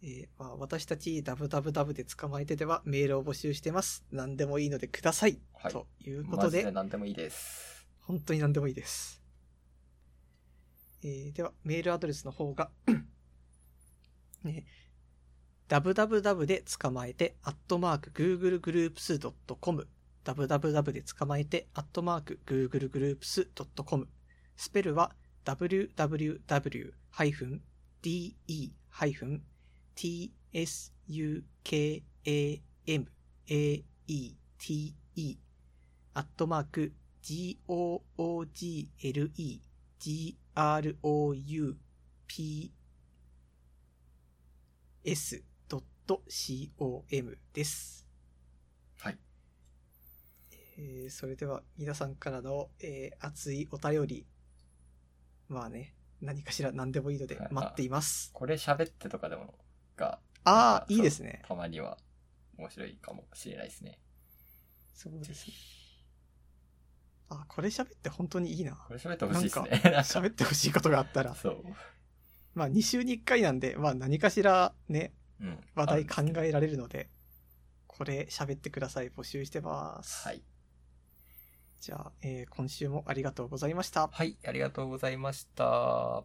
S1: えーまあ、私たち www で捕まえてではメールを募集してます。何でもいいのでください。
S2: はい
S1: というこ
S2: マ
S1: と
S2: ジ
S1: で、
S2: で何でもいいです。
S1: 本当に何でもいいです。えーでは、メールアドレスの方が、 ね、www で捕まえて、アットマーク googlegroups.com、www で捕まえて、アットマーク googlegroups.com、スペルは www-de-tsukamaete アットマーク google.groups.com です。
S2: はい。
S1: えーそれでは皆さんからの、えー熱いお便り、まあね、何かしら何でもいいので
S2: はい
S1: 待っています。
S2: これ喋ってとかでも、が、
S1: ああ、
S2: そう
S1: いいですね。
S2: たまには面白いかもしれないですね。
S1: そう
S2: ぜ
S1: です
S2: ひ
S1: ね。。あ、これ喋って本当にいい な。
S2: これ喋ってほしいですね。。
S1: 喋ってほしいことがあったら
S2: そう。
S1: まあ2週に1回なんで、まあ何かしらね、
S2: うん。
S1: 話題
S2: あるんですけ
S1: 考えられるので、これ喋ってください。募集してます。
S2: どはい。
S1: じゃあ、えー今週もありがとうございました。
S2: はい。ありがとうございました。